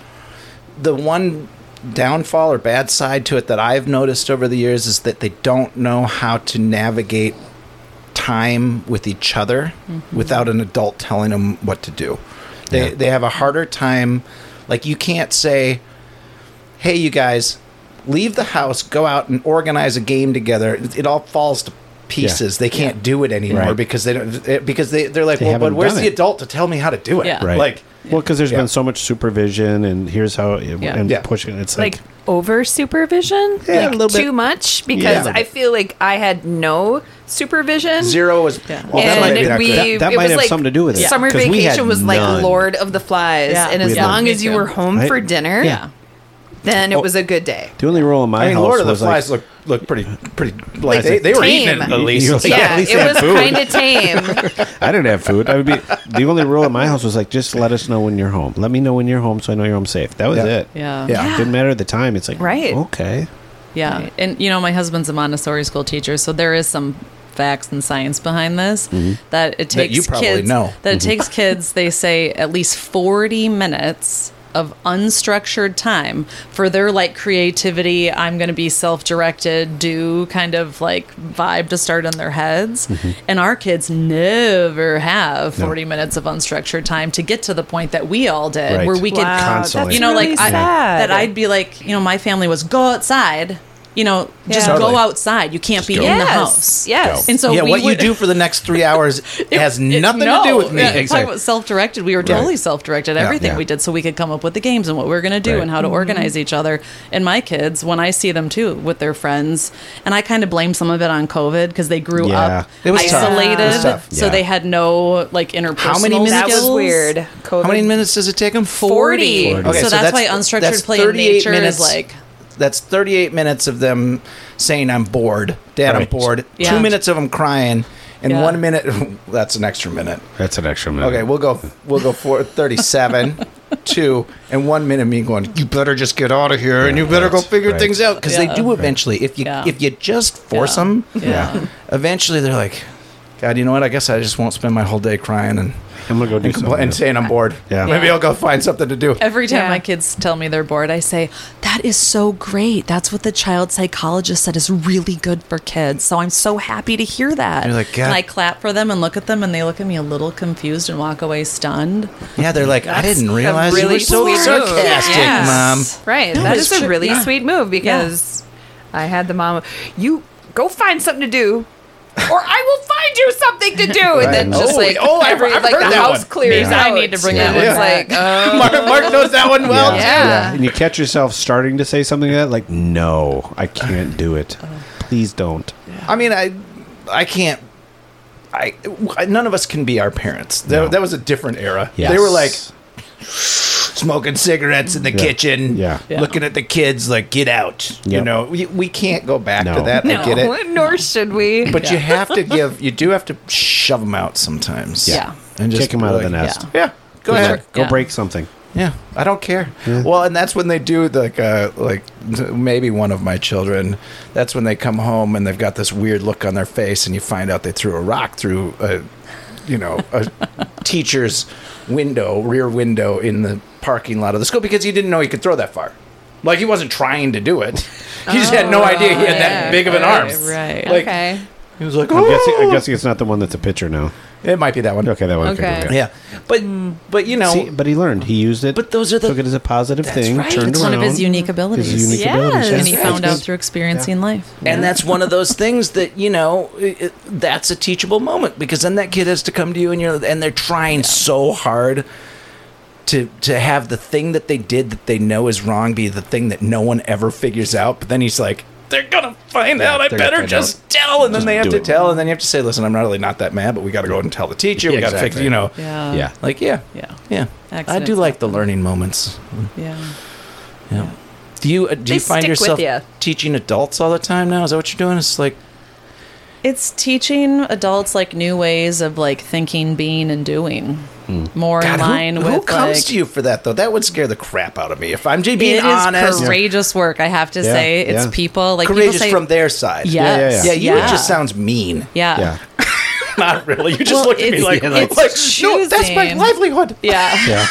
The one downfall or bad side to it that I've noticed over the years is that they don't know how to navigate time with each other without an adult telling them what to do. They Mm-hmm. Yeah. they have a harder time like you can't say hey you guys leave the house go out and organize a game together it, it all falls to pieces they can't do it anymore Right. because they don't it- because they they're like They well but haven't where's done the it." adult to tell me how to do it Yeah. Right. like well, because there's Yeah. been so much supervision, and here's how, it, Yeah. and Yeah. pushing. It's like, like over supervision, Yeah, like a little bit. too much, because Yeah. I feel like I had no supervision. zero was Yeah. well, that and might be not we, good. That- that it might was have like something to do with it. Summer 'Cause we had vacation was like none. Lord of the Flies, Yeah. and We as had long none. as you Me were too. home I- for dinner, yeah then it was a good day. the only rule in my I mean, house Lord of the was like, Flies look look pretty pretty like they, they were eating it tame. at least. You- It's like, Yeah, least it they had was food. kind of tame. I didn't have food. I would be the only rule at my house was like, just let us know when you're home. Let me know when you're home, so I know you're home safe. That was Yeah. it. yeah Yeah. Didn't matter the time. It's like Right. okay. Yeah. And, you know, my husband's a Montessori school teacher, so there is some facts and science behind this that it That takes you probably kids know. that it takes kids they say at least 40 minutes of unstructured time for their like creativity i'm going to be self-directed do kind of like vibe to start in their heads and our kids never have 40 minutes of unstructured time to get to the point that we all did Right. where we could Wow, Constantly. you know really like I, sad. that i'd be like, you know, my family was go outside. You know, just Yeah. Totally. go outside. You can't be Just go. in the Yes, house. yes. And so yeah, we what would, you do for the next three hours has it- nothing no. to do with me. Yeah, Talking about self-directed, we were totally self-directed. Everything Yeah. we did, so we could come up with the games and what we were going to do Right. and Mm-hmm. how to organize each other. And my kids, when I see them too with their friends, and I kind of blame some of it on COVID because they grew Yeah. up It was tough. isolated, It was tough. so Yeah. they had no like interpersonal. many minutes- That skills. was weird. COVID. How many minutes does it take them? 40. Okay, so, that's, why unstructured that's play in 38 nature minutes- is like that's 38 minutes of them saying I'm bored, Dad, I'm Right. bored. Yeah. Two minutes of them crying, and Yeah. one minute that's an extra minute. That's an extra minute. Okay, we'll go we'll go for 37, two, and one minute me going, you better just get out of here and you better go right, figure right. things out because Yeah. they do eventually. If you Yeah. if you just force Yeah. them, Yeah. eventually they're like, God, you know what? I guess I just won't spend my whole day crying and I'm gonna go do and, compl- something. and else. saying I'm bored. Yeah. maybe I'll go find something to do. Every time Yeah. my kids tell me they're bored, I say, That is so great. That's what the child psychologist said is really good for kids. So I'm so happy to hear that. You're like, and "God." I clap for them and look at them, and they look at me a little confused and walk away stunned. Yeah, they're like, I didn't realize really you were so sweet move. sarcastic, Yes. mom. Right. No, that it's is a true. really Yeah. sweet move because I had the mom. You go find something to do. or I will find you something to do. And then Right. just Oh, like oh, I've- every I've like heard the that house one. clears Yeah. out. I need to bring that Yeah. one It's back. like uh, Mark, Mark knows that one well. Yeah. And you catch yourself starting to say something like that, like, no, I can't do it. Please don't. I mean, I I can't. I none of us can be our parents. That, No. that was a different era. Yes. They were like smoking cigarettes in the kitchen, Yeah. Yeah. looking at the kids like get out. You Yep. know, we, we can't go back to No. that. I get no, it, nor should we. but you have to give. You do have to shove them out sometimes. Yeah. and kick him be out of the like, nest. Yeah, go Go, ahead. go Yeah. break something. Yeah, I don't care. Well, and that's when they do like uh like maybe one of my children. That's when they come home and they've got this weird look on their face, and you find out they threw a rock through a, you know, a teacher's window, rear window in the parking lot of the school because he didn't know he could throw that far. Like he wasn't trying to do it. He just had no idea he had that Oh, yeah, big of an arm. right, right. Like okay. he was like, I'm oh, guessing, I'm guessing it's not the one that's a pitcher now. it might be that one. Okay, that one. Okay. okay. Yeah, but but you know, See, but he learned. He used it. But those are the- took it as a positive thing. right. Turned It's around. one of his unique abilities. His unique Yes. abilities. And he Yes. found out That's through experiencing life. And that's one of those things that you know, it, it- that's a teachable moment because then that kid has to come to you and you're and they're trying so hard to to have the thing that they did that they know is wrong be the thing that no one ever figures out. But then he's like, they're gonna find out. I they're gonna better find out. just tell. And then they have do to it. tell. And then you have to say, listen, I'm really not that mad, but we got to go and tell the teacher. we got to fix, Exactly. you know, Yeah. Yeah. like yeah, Yeah. yeah. I do Accidents like the learning moments. Yeah. Yeah. Do you uh, do you They find stick with yourself ya. teaching adults all the time now? Is that what you're doing? It's like It's teaching adults like new ways of like thinking, being, and doing more in Hmm. God, who- line who, with comes like. to you for that though? That would scare the crap out of me if I'm just being it is honest. courageous work. I have to Yeah, say, it's yeah. people like courageous people say, from their side. Yes, Yeah, yeah, you it just sounds mean. yeah. Yeah. Not really. You just Well, looked at me it's- like, yeah, like, it's no, that's my choosing. livelihood. Yeah. Yeah.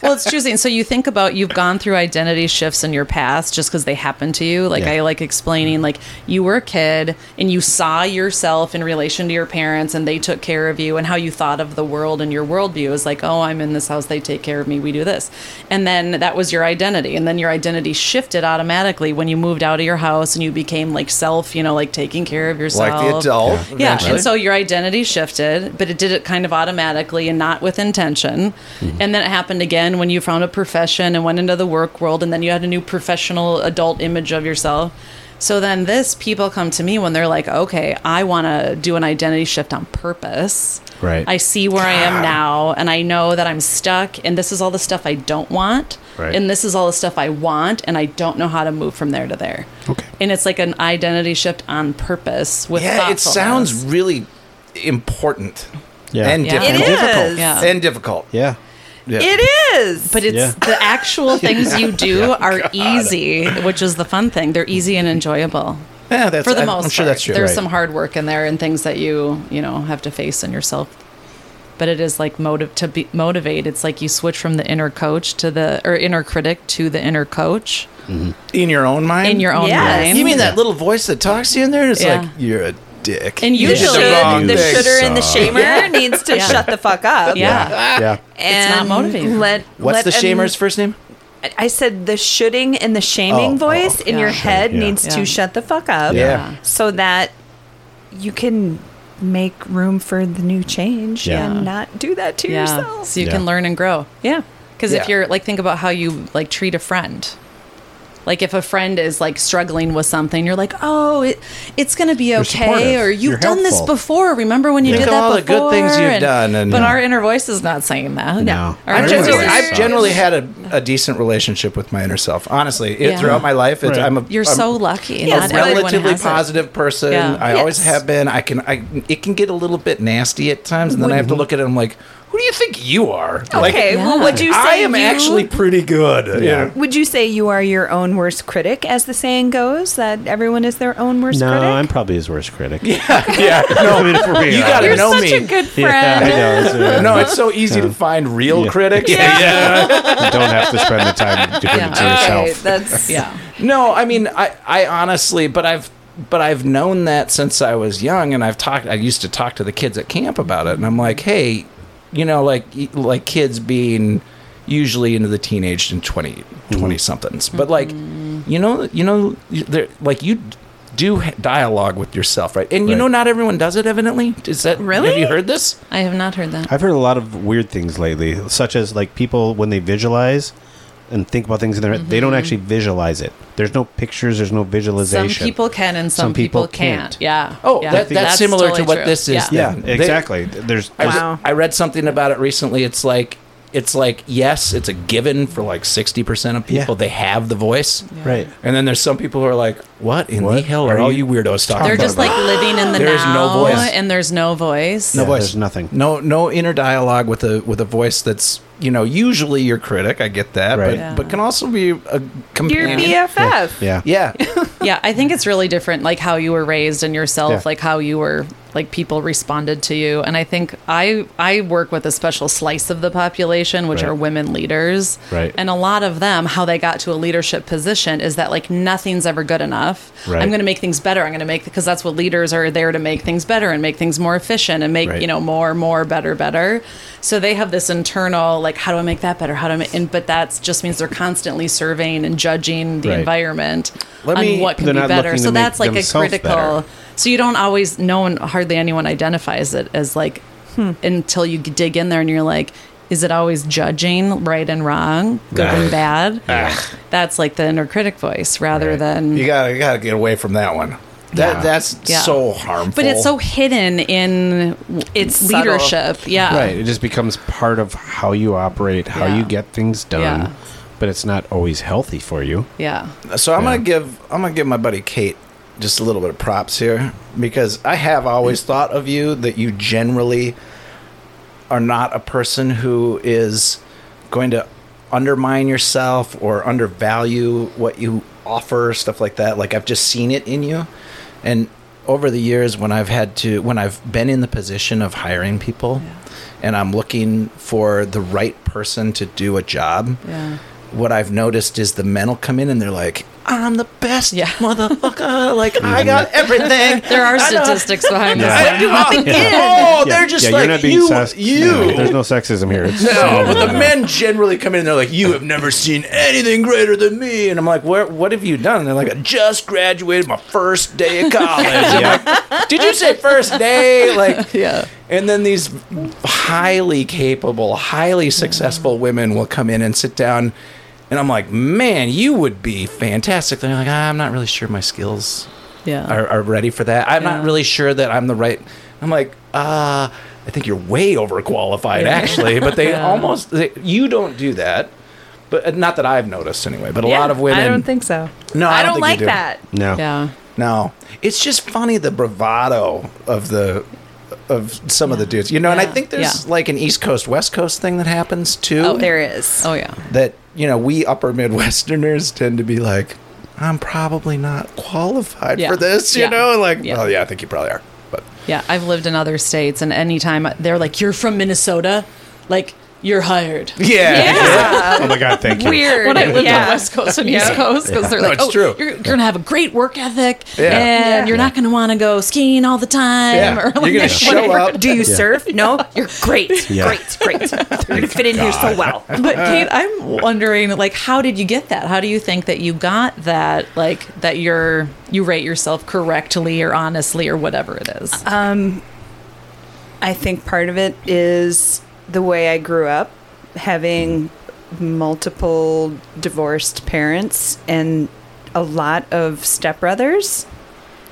well, it's choosing. So you think about you've gone through identity shifts in your past just because they happened to you. Like Yeah. I like explaining, like you were a kid and you saw yourself in relation to your parents and they took care of you and how you thought of the world and your worldview is like, oh, I'm in this house, they take care of me, we do this, and then that was your identity, and then your identity shifted automatically when you moved out of your house and you became like self, you know, like taking care of yourself, Like the adult. yeah, eventually. and so your identity shifted, but it did it kind of automatically and not with intention. Mm-hmm. And then it happened again when you found a profession and went into the work world, and then you had a new professional adult image of yourself. So then this people come to me when they're like, okay, I want to do an identity shift on purpose. Right. I see where I am now, and I know that I'm stuck, and this is all the stuff I don't want, Right. and this is all the stuff I want, and I don't know how to move from there to there. Okay. And it's like an identity shift on purpose with yeah, it thoughtfulness. sounds really important. Yeah. And Yeah. difficult. It Difficult. is. Yeah. And difficult. Yeah. Yeah. It is. But it's Yeah. the actual things you do are easy, which is the fun thing. They're easy and enjoyable Yeah, that's, for the I'm, most I'm sure part. that's true. There's Right. some hard work in there and things that you you know have to face in yourself. But it is like motive to be motivate. It's like you switch from the inner coach to the or inner critic to the inner coach in your own mind. in your own Yes. mind. You mean that little voice that talks to you in there? It's Yeah. like you're a dick. And You the did usually- the, wrong should, the thing. shooter and the shamer needs to Yeah. shut the fuck up. Yeah. Yeah. And not motivating. Let, What's let the an- shamer's first name? I said the shooting and the shaming Oh, voice in yeah. your head Yeah. needs Yeah. to shut the fuck up. Yeah. So that you can make room for the new change Yeah. and not do that to yourself. So you Yeah. can learn and grow. Yeah. Because Yeah. if you're like, think about how you like treat a friend. Like if a friend is like struggling with something, you're like, oh, it, it's going to be okay, supportive. or you've You're done this helpful. before. Remember when you Think of did that all the good before? things you've done and- but Yeah. our inner voice is not saying that. No. Our I've inner Everyone generally, voice I've is- generally had a, a decent relationship with my inner self. Honestly, it, Yeah. throughout my life, it's, Right. I'm a You're I'm so lucky. a Not everyone relatively has it. positive person. Yeah. I always Yes. have been. I can. I it can get a little bit nasty at times, and then I have to look at it. and I'm like, who do you think you are? Like, Okay, well, Yeah. would you say I am you- actually pretty good. Yeah. Would you say you are your own worst critic, as the saying goes, that everyone is their own worst No, critic? I'm probably his worst critic. Yeah. Yeah. I mean, for real. You gotta You're know such me. a good Yeah, friend. I know. it's, uh, no, it's so easy to find real Yeah. critics. you don't have to spend the time doing it to Yeah. Okay, yourself. that's Yeah. No, I mean, I, I honestly, but I've, but I've known that since I was young, and I've talked. I used to talk to the kids at camp about it, and I'm like, hey, you know, like, y- like kids being usually into the teenage and 20, 20 somethings, but like, you know, you know, there, like you, do ha- dialogue with yourself, right? And you Right. know, not everyone does it. Evidently, is that Really? Have you heard this? I have not heard that. I've heard a lot of weird things lately, such as like people when they visualize and think about things in their head, they don't actually visualize it. There's no pictures. There's no Some visualization. people can and some, Some people people, can't. can't. Yeah. Oh, yeah. that- that's similar to what this is then. Yeah, They- exactly. There's I, re- Wow. I read something about it recently. It's like it's like yes, it's a given for like sixty percent of people. Yeah. They have the voice, right. and then there's some people who are like, "What in the What hell are, are all you you weirdos talking They're about?" just like living in the There's no now, voice. and there's no voice. No voice. There's nothing. no no inner dialogue with a with a voice that's you know usually your critic. I get that, but Right. Yeah. but can also be a Your companion. BFF. Yeah. yeah, Yeah, I think it's really different, like how you were raised and yourself, Yeah. like how you were, like people responded to you. And I think I I work with a special slice of the population, which Right. are women leaders, Right. And a lot of them, how they got to a leadership position is that like nothing's ever good enough. Right. I'm going to make things better. I'm going to make because that's what leaders are there to make things better and make things more efficient and make Right. you know more, more, better, better. So they have this internal like, how do I make that better? How do I? Make, and but that's just means they're constantly surveying and judging the Right. environment Let on me- what can They're be not better. looking to So make that's like a themselves critical. better. So you don't always no one hardly anyone identifies it as like until you dig in there and you're like, is it always judging right and wrong, good Ugh. and bad? That's like the inner critic voice rather Right. than. you gotta you gotta get away from that one. That Yeah. that's Yeah. so harmful. but it's so hidden in its subtle. leadership. Yeah. Right. It just becomes part of how you operate, how Yeah. you get things done, Yeah. but it's not always healthy for you. Yeah. So I'm Yeah. gonna give I'm gonna give my buddy Kate just a little bit of props here because I have always thought of you that you generally are not a person who is going to undermine yourself or undervalue what you offer, stuff like that. Like I've just seen it in you, and over the years when I've had to when I've been in the position of hiring people. And I'm looking for the right person to do a job Yeah. what I've noticed is the men will come in and they're like, I'm the best Yeah. motherfucker. Like, I got everything. There are I know- statistics behind Yeah. this. I do want the kid. Oh, they're just yeah, like, you're not being you. sexist. you. Yeah, there's no sexism here. It's No, but the men generally come in and they're like, "You have never seen anything greater than me," and I'm like, "What? What have you done?" And they're like, "I just graduated my first day of college." I'm like, "Did you say first day?" Like, Yeah. And then these highly capable, highly successful women will come in and sit down, and I'm like, "Man, you would be fantastic." They're like, "I'm not really sure my skills Yeah. are, are ready for that. I'm not Yeah. really sure that I'm the right. I'm like, uh, I think you're way overqualified, Yeah. actually. But they Yeah. almost, they, you don't do that. But not that I've noticed anyway. But a lot of women, I don't think so. No, I I don't don't, think you like do. that. no. Yeah. No, it's just funny the bravado of the of some of the dudes, you know. And I Yeah. think there's Yeah. like an East Coast West Coast thing that happens too. Oh, there is. Oh, yeah. that you know we upper Midwesterners tend to be like, I'm probably not qualified Yeah. for this, you Yeah. know. And like, Yeah. well, yeah, I think you probably are, but. Yeah, I've lived in other states, and anytime they're like, "You're from Minnesota," like you're hired. Yeah. Yeah. Oh my God, thank you. Weird. When I lived yeah. on the West Coast and East Yeah. Coast, because they're No, like, it's "Oh, true. you're, you're gonna have a great work ethic, Yeah. and you're not gonna want to go skiing all the time." Yeah. Or like, You're gonna show whatever. up. Do you surf? No, you're great, Yeah. great, great. You're gonna fit in here so well. But Kate, I'm wondering, like, how did you get that? How do you think that you got that? Like, that you're you rate yourself correctly or honestly or whatever it is. I think part of it is the way I grew up, having multiple divorced parents and a lot of stepbrothers.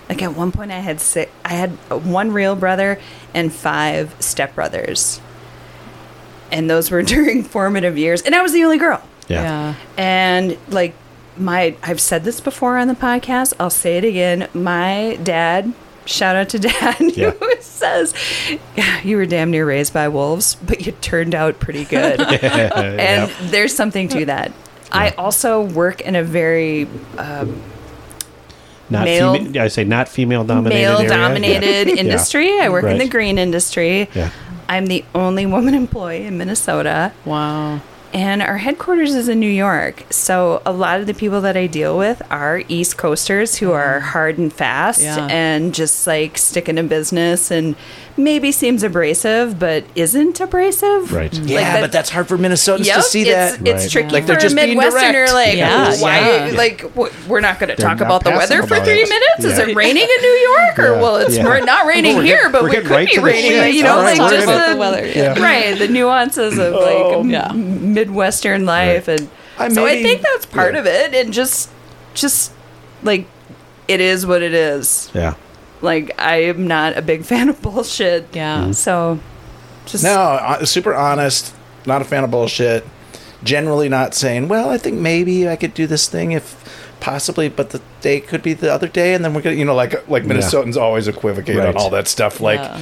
Like at one point, I had six, I had one real brother and five stepbrothers, and those were during formative years. And I was the only girl. Yeah. And like my I've said this before on the podcast, I'll say it again. My dad, shout out to dad, Yeah. who says, "Yeah, "You were damn near raised by wolves, but you turned out pretty good." Uh, and there's something to that. I also work in a very Not Male- female. I say not female dominated. area. male dominated industry. I work in Right. the green industry. Yeah. I'm the only woman employee in Minnesota. Wow. And our headquarters is in New York. So a lot of the people that I deal with are East Coasters who are hard and fast Yeah. and just like sticking to business and maybe seems abrasive, but isn't abrasive. Right. Yeah, that- but that's hard for Minnesotans Yep, to see it's, that. it's Right. tricky Like, for they're a just being Midwesterner. direct. Like, Yeah, why? yeah. Like, w- we're not going to talk not about the passing weather for about three it. minutes. Is Yeah. it raining in New York, or Yeah. well, it's Yeah. we're not raining We're getting- here, but we're we getting could right be to the raining. shit. You know, All right, like we're just in it. Oh. the Weather, yeah. right the nuances of like m- Yeah. midwestern life, and I so I maybe- think that's part of it, and just just like it is what it is. Yeah. Like I am not a big fan of bullshit. Yeah. Mhm. So just No, uh, super honest. Not a fan of bullshit. Generally, not saying, well, I think maybe I could do this thing if possibly, but the day could be the other day, and then we're gonna, you know, like like Minnesotans always equivocate Right. on all that stuff. Like, Yeah.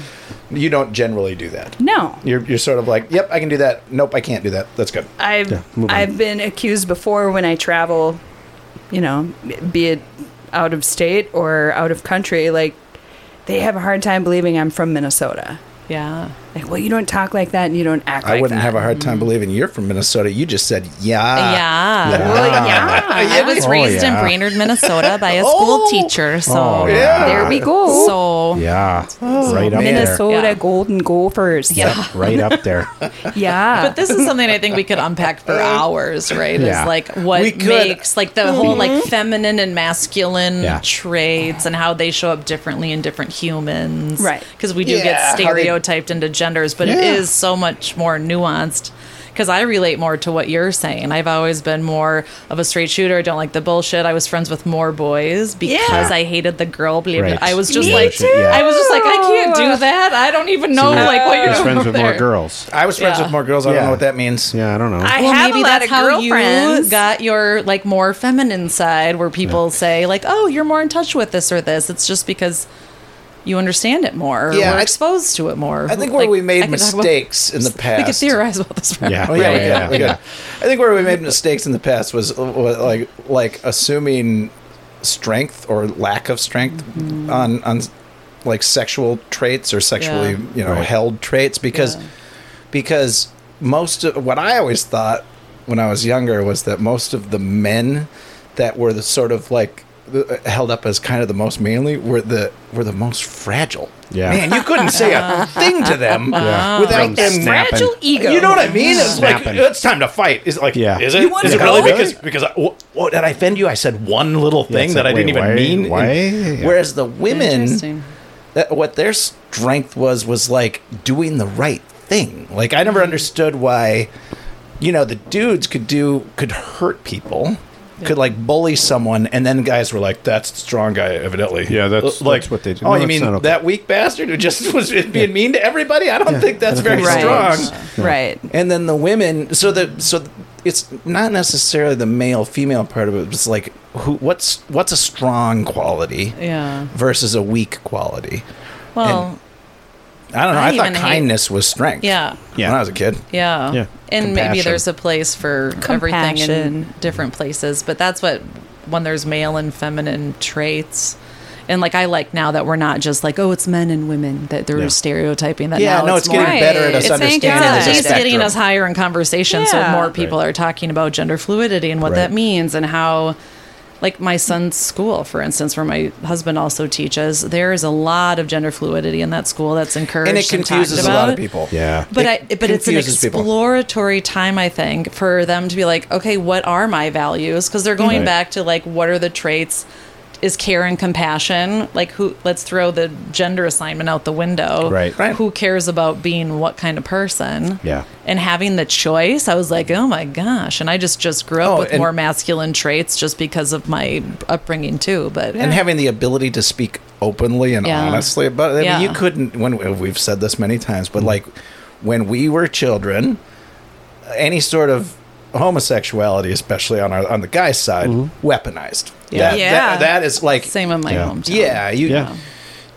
you don't generally do that. no. You're you're sort of like, yep, I can do that. Nope, I can't do that. That's good. I've Yeah, move on. I've been accused before when I travel, you know, be it out of state or out of country, like they have a hard time believing I'm from Minnesota. Yeah. Like, well, you don't talk like that and you don't act like I wouldn't that. Mm-hmm. have a hard time believing you're from Minnesota. You just said, Uh, yeah, yeah. Well, yeah. I was Oh, raised yeah. in Brainerd, Minnesota by a Oh. school teacher. So, Oh, yeah. There we go. so Yeah. right up there. Minnesota Yeah. Golden Gophers. Yeah. Right up there. Yeah. But this is something I think we could unpack for hours, right? Yeah. Is like what We could. makes like the whole like feminine and masculine Yeah. traits and how they show up differently in different humans. Right. Because we do Yeah, get how they- stereotyped into genders, but it Yeah. is so much more nuanced. Because I relate more to what you're saying. I've always been more of a straight shooter. I don't like the bullshit. I was friends with more boys because Yeah. I hated the girl. Believe Right. it. I was just Me like, too. Yeah. I was just like, I can't do that. I don't even know you're- like what you're Just doing friends with over more there. girls. I was friends Yeah. with more girls. I don't Yeah. know what that means. Yeah, I don't know. I Well, have maybe a lot that's of how girlfriends. you got your like more feminine side, where people say like, "Oh, you're more in touch with this or this." It's just because you understand it more. Yeah, Yeah, we're I- exposed to it more. I think where Like, we made I could talk about- mistakes in the past. we could theorize about this. forever. yeah. Oh yeah, yeah, we could, yeah, we could. yeah. I think where we made mistakes in the past was, uh, was like like assuming strength or lack of strength on on like sexual traits or sexually Yeah. you know Right. held traits because Yeah. because most of what I always thought when I was younger was that most of the men that were the sort of like the- held up as kind of the most manly were the were the most fragile. Yeah. Man, you couldn't say a thing to them Yeah. without them Snapping. Fragile ego. you know what I mean? It's like Snapping. it's time to fight. Is it like Yeah. is it? You wanna Is it go? really Really? because because I, wh- what did I offend you? I said one little thing it's that like, I didn't wait, even why- mean. why? Whereas the women, Interesting. that, what their strength was was like doing the right thing. Like I Mm-hmm. never understood why you know the dudes could do could hurt people. Could like bully someone, and then guys were like, "That's the strong guy, evidently." Yeah, that's- like that's what they do. Oh, No, you it's mean not okay. that weak bastard who just was being mean to everybody? I don't think that's very Right. strong Right. and then the women so the so it's not necessarily the male female part of it it's like who what's what's a strong quality Yeah. versus a weak quality Well. i don't know I i, thought even hate- kindness was strength Yeah. when i was a kid Yeah. Yeah. And maybe Compassion. there's a place for everything Compassion. in different places, but that's what when there's male and feminine traits. And like I like now that we're not just like oh it's men and women that they're Yeah. stereotyping that yeah now no it's, it's, getting more, right. better at us It's understanding getting there's it's a at least spectrum. getting us higher in conversation Yeah. so more people are talking about gender fluidity and what Right. that means and how like my son's school for instance where my husband also teaches there is a lot of gender fluidity in that school that's encouraged and it talked confuses a lot of about. people Yeah. But It I, but it's an confuses people. exploratory time, I think, for them to be like, okay, what are my values? Because they're going Right. back to like, what are the traits? Is care and compassion like who? Let's throw the gender assignment out the window. Right. Right. Who cares about being what kind of person? Yeah. And having the choice, I was like, oh my gosh! And I just just grew up Oh, with and- more masculine traits just because of my upbringing too. But and having the ability to speak openly and Yeah. honestly about it. I Yeah. mean, you couldn't. When we've said this many times, but like when we were children, any sort of homosexuality, especially on our on the guy's side, weaponized. That- Yeah. that- Yeah. that is like same in my Yeah. hometown. yeah, you Yeah.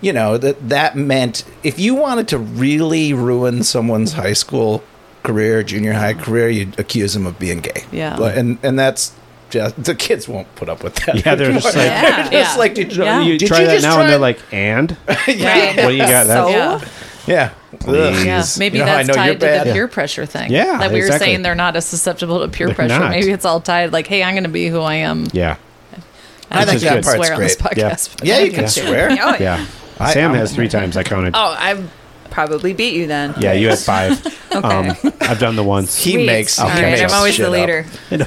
you know that that meant if you wanted to really ruin someone's high school career, junior high career, you'd accuse them of being gay. Yeah. But- and and that's just the kids won't put up with that. Yeah, they're just like- They're just Yeah. like, did you, Yeah. You did try you that just now, try and they're like, and Right. what do you got? So- That's- Oh. Yeah. Yeah. Ugh. Yeah, is- maybe You know how I that's know you're tied to bad? the Yeah. peer pressure thing. Yeah, that we were exactly. saying they're not as susceptible to peer They're pressure. not. Maybe it's all tied. Like, hey, I'm going to be who I am. yeah. I think that can part's swear on this great. Yeah. podcast. but Yeah, I you can do. swear. Oh, Yeah. I- Sam I'm- has three times I counted. Oh, I've probably beat you then. Yeah, you had five. Um, Okay. I've done the once. He Sweet. makes. All he right, makes I'm always shit the up. leader. do,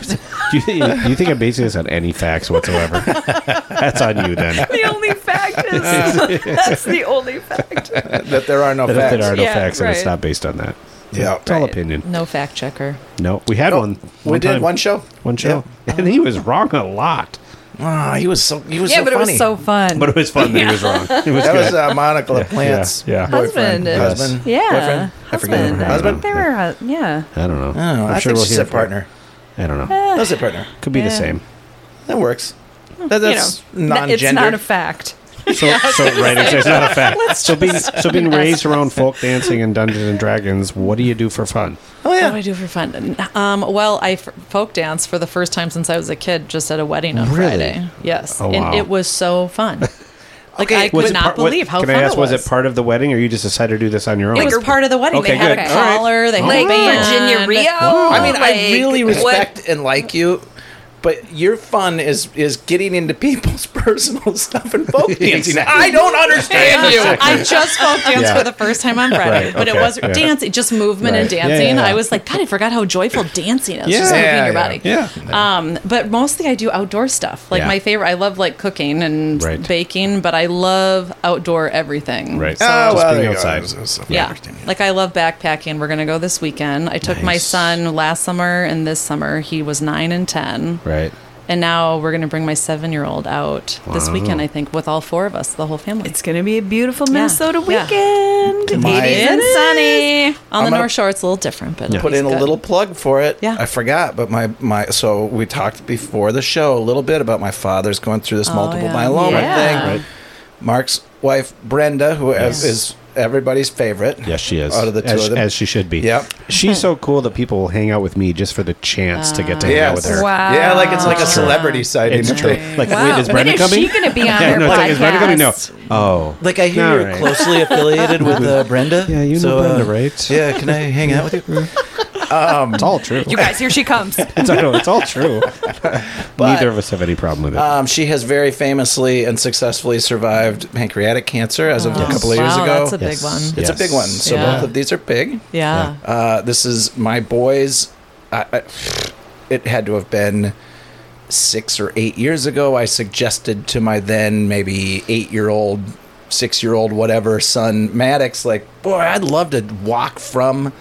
you, do you think I basically this on any facts whatsoever? That's on you then. The only fact is that's the only fact. That there are no That if facts. there are no Yeah, facts and it's right. not based on that. Yeah. It's all Right. opinion. No fact checker. No, we had one. Oh, We did time. one show. One show. And he was wrong a lot. Ah, he was so. He was Yeah, so but funny. it was so fun. But it was fun that he was wrong. It was That good. was uh, Monica LaPlante's yeah, yeah. boyfriend, Husband. Yes. husband, yeah, boyfriend. I forget her husband. name. I think Husband. they were, uh, yeah. I don't know. Oh, I think she said partner. I don't know. That's a partner. Could be the Yeah. same. That works. That, Hmm. You that's know, th- it's non-gender. not a fact. So, so right, it's, it's not a fact. so being so being raised around folk dancing and Dungeons and Dragons, what do you do for fun? oh What do I yeah. do for fun? Um, well, I f- folk dance for the first time since I was a kid, just at a wedding on Friday. Yes, Oh, wow. and it was so fun. Like I Was could it not part- what- believe how Can fun I ask? it was. it part of the wedding, or you just decided to do this on your own? It was part of the wedding. Okay, they had good. a All right. collar. They had Like a band. Virginia Rio. Oh, I mean, I like, really what- respect and like you, but your fun is is getting into people's personal stuff and folk dancing. Exactly. I don't understand you. I just folk danced Yeah. for the first time on Friday, Right, but okay, it was yeah. dance, just movement and Right. Yeah, dancing. yeah, yeah. I was like, God, I forgot how joyful dancing is. just Yeah, moving yeah, your yeah. body. Yeah. Um, but mostly I do outdoor stuff. Like Yeah. my favorite, I love like cooking and Right. baking, but I love outdoor everything. Right. So, Oh, Just well, being there you go. outside. It's- it's- it's- yeah, like I love backpacking. We're gonna go this weekend. I took my Nice. son last summer and this summer. He was nine and ten, right. and now we're gonna bring my seven-year-old out this Wow. weekend. I think with all four of us, the whole family. It's going to be a beautiful Minnesota Yeah. weekend. My- 80s and sunny. On I'm the gonna North Shore, it's a little different, but put in a little plug for it. Yeah. I forgot, but my my so we talked before the show a little bit about my father's going through this multiple Oh, yeah. myeloma Yeah. thing. Right. Mark's wife Brenda, who is Yes. is everybody's favorite. Yes, she is. Out of the two as, of them. as she should be. Yep. She's so cool that people will hang out with me just for the chance to get to hang out with Yes. her. Wow. Yeah, like it's like a celebrity sighting. It's true. Like, Wow. wait, is Brenda when is coming? she going to be on Yeah, her no, podcast? it's like, is Brenda coming? No. Oh. Like I hear All you're right. closely affiliated with uh, Brenda. Yeah, you know so, uh, Brenda, right? Yeah, can I hang out with you? It's all true. You guys, here she comes. it's, I know, it's all true. Neither of us have any problem with it. Um, she has very famously and successfully survived pancreatic cancer as of a couple of years Oh, wow, ago. that's a big Yes. one. it's a big one. So Yeah. both of these are big. Yeah. Uh, this is my boys. I, I, it had to have been six or eight years ago. I suggested to my then maybe eight year old, six year old, whatever son Maddox, like, boy, I'd love to walk from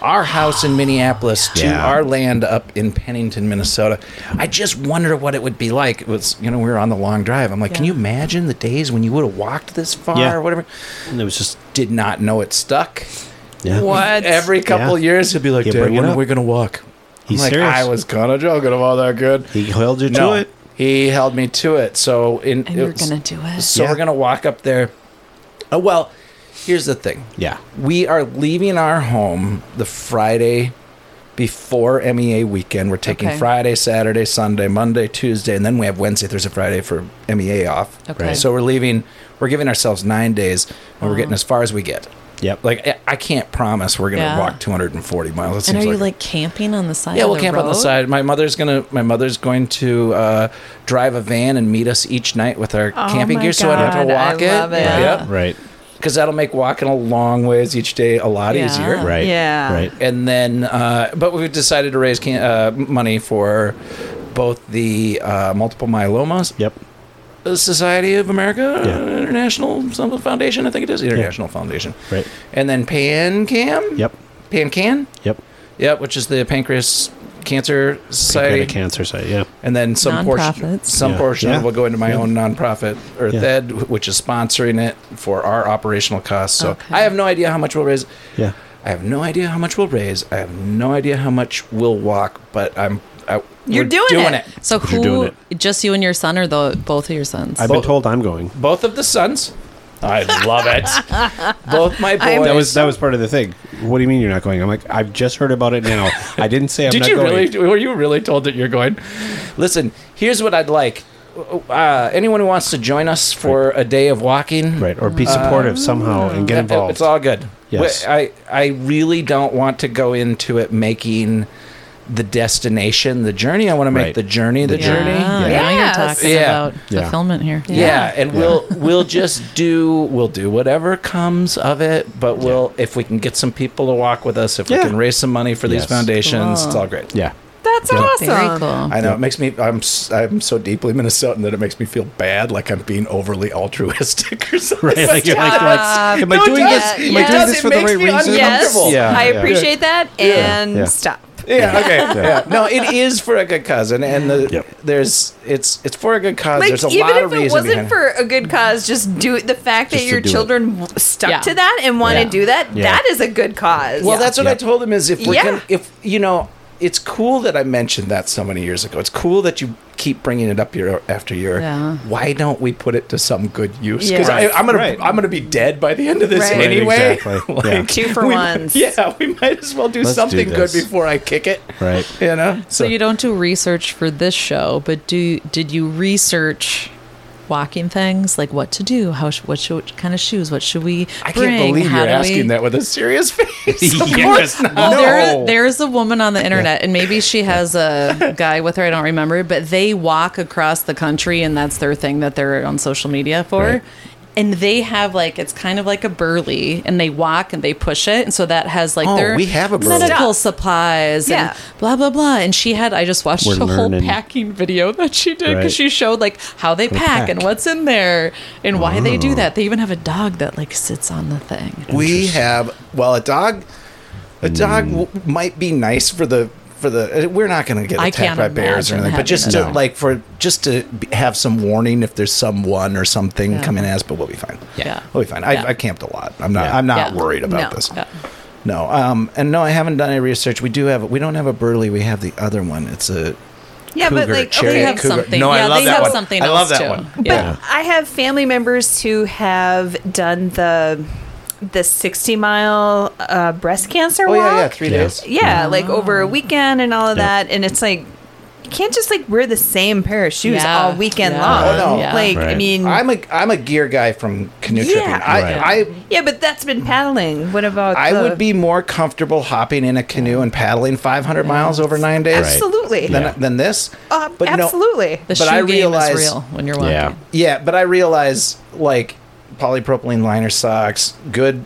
our house in Minneapolis to Yeah. our land up in Pennington, Minnesota. I just wonder what it would be like. It was, you know, we were on the long drive. I'm like, can Yeah. you imagine the days when you would have walked this far Yeah. or whatever? and it was just. Did not know it stuck. Yeah. What? Every couple Yeah. years, he'd be like, You "Dad, bring when it are up. we gonna walk?" He's I'm like, serious. I was kind of joking about that. Good. He held you no, to it. he held me to it. So in And you're it's- gonna do it. So Yeah. we're gonna walk up there. Oh well, here's the thing. Yeah. We are leaving our home the Friday before MEA weekend. We're taking Okay. Friday, Saturday, Sunday, Monday, Tuesday, and then we have Wednesday, Thursday, Friday for MEA off. Okay. Oh. Right. So we're leaving. We're giving ourselves nine days, and we're getting as far as we get. Yep. Like I- I can't promise we're gonna Yeah. walk 240 miles. It and are seems you like a- like camping on the side? yeah, of we'll the camp on the road? side. My mother's gonna my mother's going to uh, drive a van and meet us each night with Oh our camping my gear, so I don't have to God, I walk love it. Yep. Right. Because that'll make walking a long ways each day a lot Yeah. easier. Right. Yeah. Right. And then, uh, but we've decided to raise can- uh, money for both the uh, Multiple Myeloma Yep. Society of America Yeah. International some Foundation, I think it is International Foundation, Right. and then PanCam. Yep. PanCan. Yep. Yep, which is the Pancreas Cancer Society. Pancreatic cancer site. Yeah. and then some portion Nonprofits. some Yeah. portion Yeah. will go into my Yeah. own nonprofit Earth Yeah. Ed, wh- which is sponsoring it for our operational costs. So Okay. I have no idea how much we'll raise. Yeah. I have no idea how much we'll raise. I have no idea how much we'll walk, but I'm I, You're we're doing it. So You're who? doing Just you and your son, or the both of your sons? I've been told I'm going. Both of the sons. I love it. Both my boys. That was that was part of the thing. What do you mean you're not going? I'm like I've just heard about it now. I didn't say I'm Did not you going. really? Were you really told that you're going? Listen, here's what I'd like. Uh, anyone who wants to join us for a day of walking, Right, or be supportive somehow and get Yeah, it- involved. It's all good. Yes. Wh- I I really don't want to go into it making the destination, the journey. I want to make Right. the journey the The journey. Yeah. Yeah. Now you're Yes. talking Yeah. about Yeah. fulfillment here. Yeah, and we'll we'll just do we'll do whatever comes of it, but we'll if we can get some people to walk with us, if Yeah. we can raise some money for these Yes. foundations, it's Cool. all great. Yeah. That's Yeah. awesome. Very cool. I know it makes me. I'm s- I'm so deeply Minnesotan that it makes me feel bad, like I'm being overly altruistic or something. Right, like you're like, that. like, am I No, doing it this? does. Am It I doing does. this It for the makes right me reason? Yes, uncomfortable. Yeah, I yeah. appreciate that. And Yeah. stop. Yeah. Okay. Yeah. Yeah. No, it is for a good cause, and and the, Yep. there's it's it's for a good cause. Like there's a even lot of if it reason. behind wasn't for a good cause, just do it. The fact Just that to your do it. children w stuck Yeah. to that and want Yeah. to do that, Yeah. that is a good cause. Well, that's what Yeah. I told him is if we're Yeah. gonna, if you know, it's cool that I mentioned that so many years ago. It's cool that you keep bringing it up year after year. Yeah. Why don't we put it to some good use? Yeah. Because Right. I'm gonna Right. I'm gonna be dead by the end of this Right. Right, anyway. exactly. Yeah. Two for we- ones. Yeah, we might as well do Let's do something good this. before I kick it. Right. You know. So you don't do research for this show, but do did you research walking things like what to do, how sh- what, should, what kind of shoes, what should we I can't bring? believe how you're do asking we- that with a serious face. Of Yeah. course not. Well, there, there's a woman on the internet, and maybe she has a guy with her. I don't remember, but they walk across the country, and that's their thing that they're on social media for. Right. And they have like it's kind of like a burley, and they walk and they push it, and so that has like Oh, their we have a burly. medical supplies, Yeah. and blah blah blah. And she had I just watched We're a whole learning. packing video that she did because Right. she showed like how they pack, and pack. what's in there and why they Oh. do that. They even have a dog that like sits on the thing. we have well a dog Hmm. a dog w- might be nice for the for the uh, we're not going to get I attacked can't by bears or imagine anything but having just a to dog. like for just to be- have some warning if there's someone or something coming at us but we'll be fine Yeah. we'll be fine I, Yeah. I camped a lot i'm not Yeah. i'm not Yeah. worried about No. this Yeah. no um and no i haven't done any research we do have we don't have a burley we have the other one it's a Yeah, but Cougar, like cherry They okay, have cougar. something. No, I yeah, love they that have one. something I love that else too. one. Yeah. But I have family members who have done the the 60 mile uh, breast cancer oh walk. yeah yeah three Yes. days Yeah, like over a Oh. weekend and all of that. And it's like, you can't just like wear the same pair of shoes Yeah. all weekend Yeah. long. Oh, no. Yeah. Like, I Right. mean, i'm a i'm a gear guy from canoe Yeah. tripping i Right. i yeah, but that's been paddling. What about I the- would be more comfortable hopping in a canoe and paddling 500 miles over nine days Absolutely. than, Yeah. than this. Uh, no- absolutely. The But shoe I game realize- is real when you're walking. Yeah. yeah, but I realize like polypropylene liner socks, good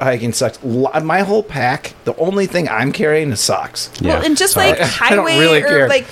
hiking socks. Li- My whole pack, the only thing I'm carrying is socks. Well, Yeah. and just Sorry. like I don't highway really or care. like.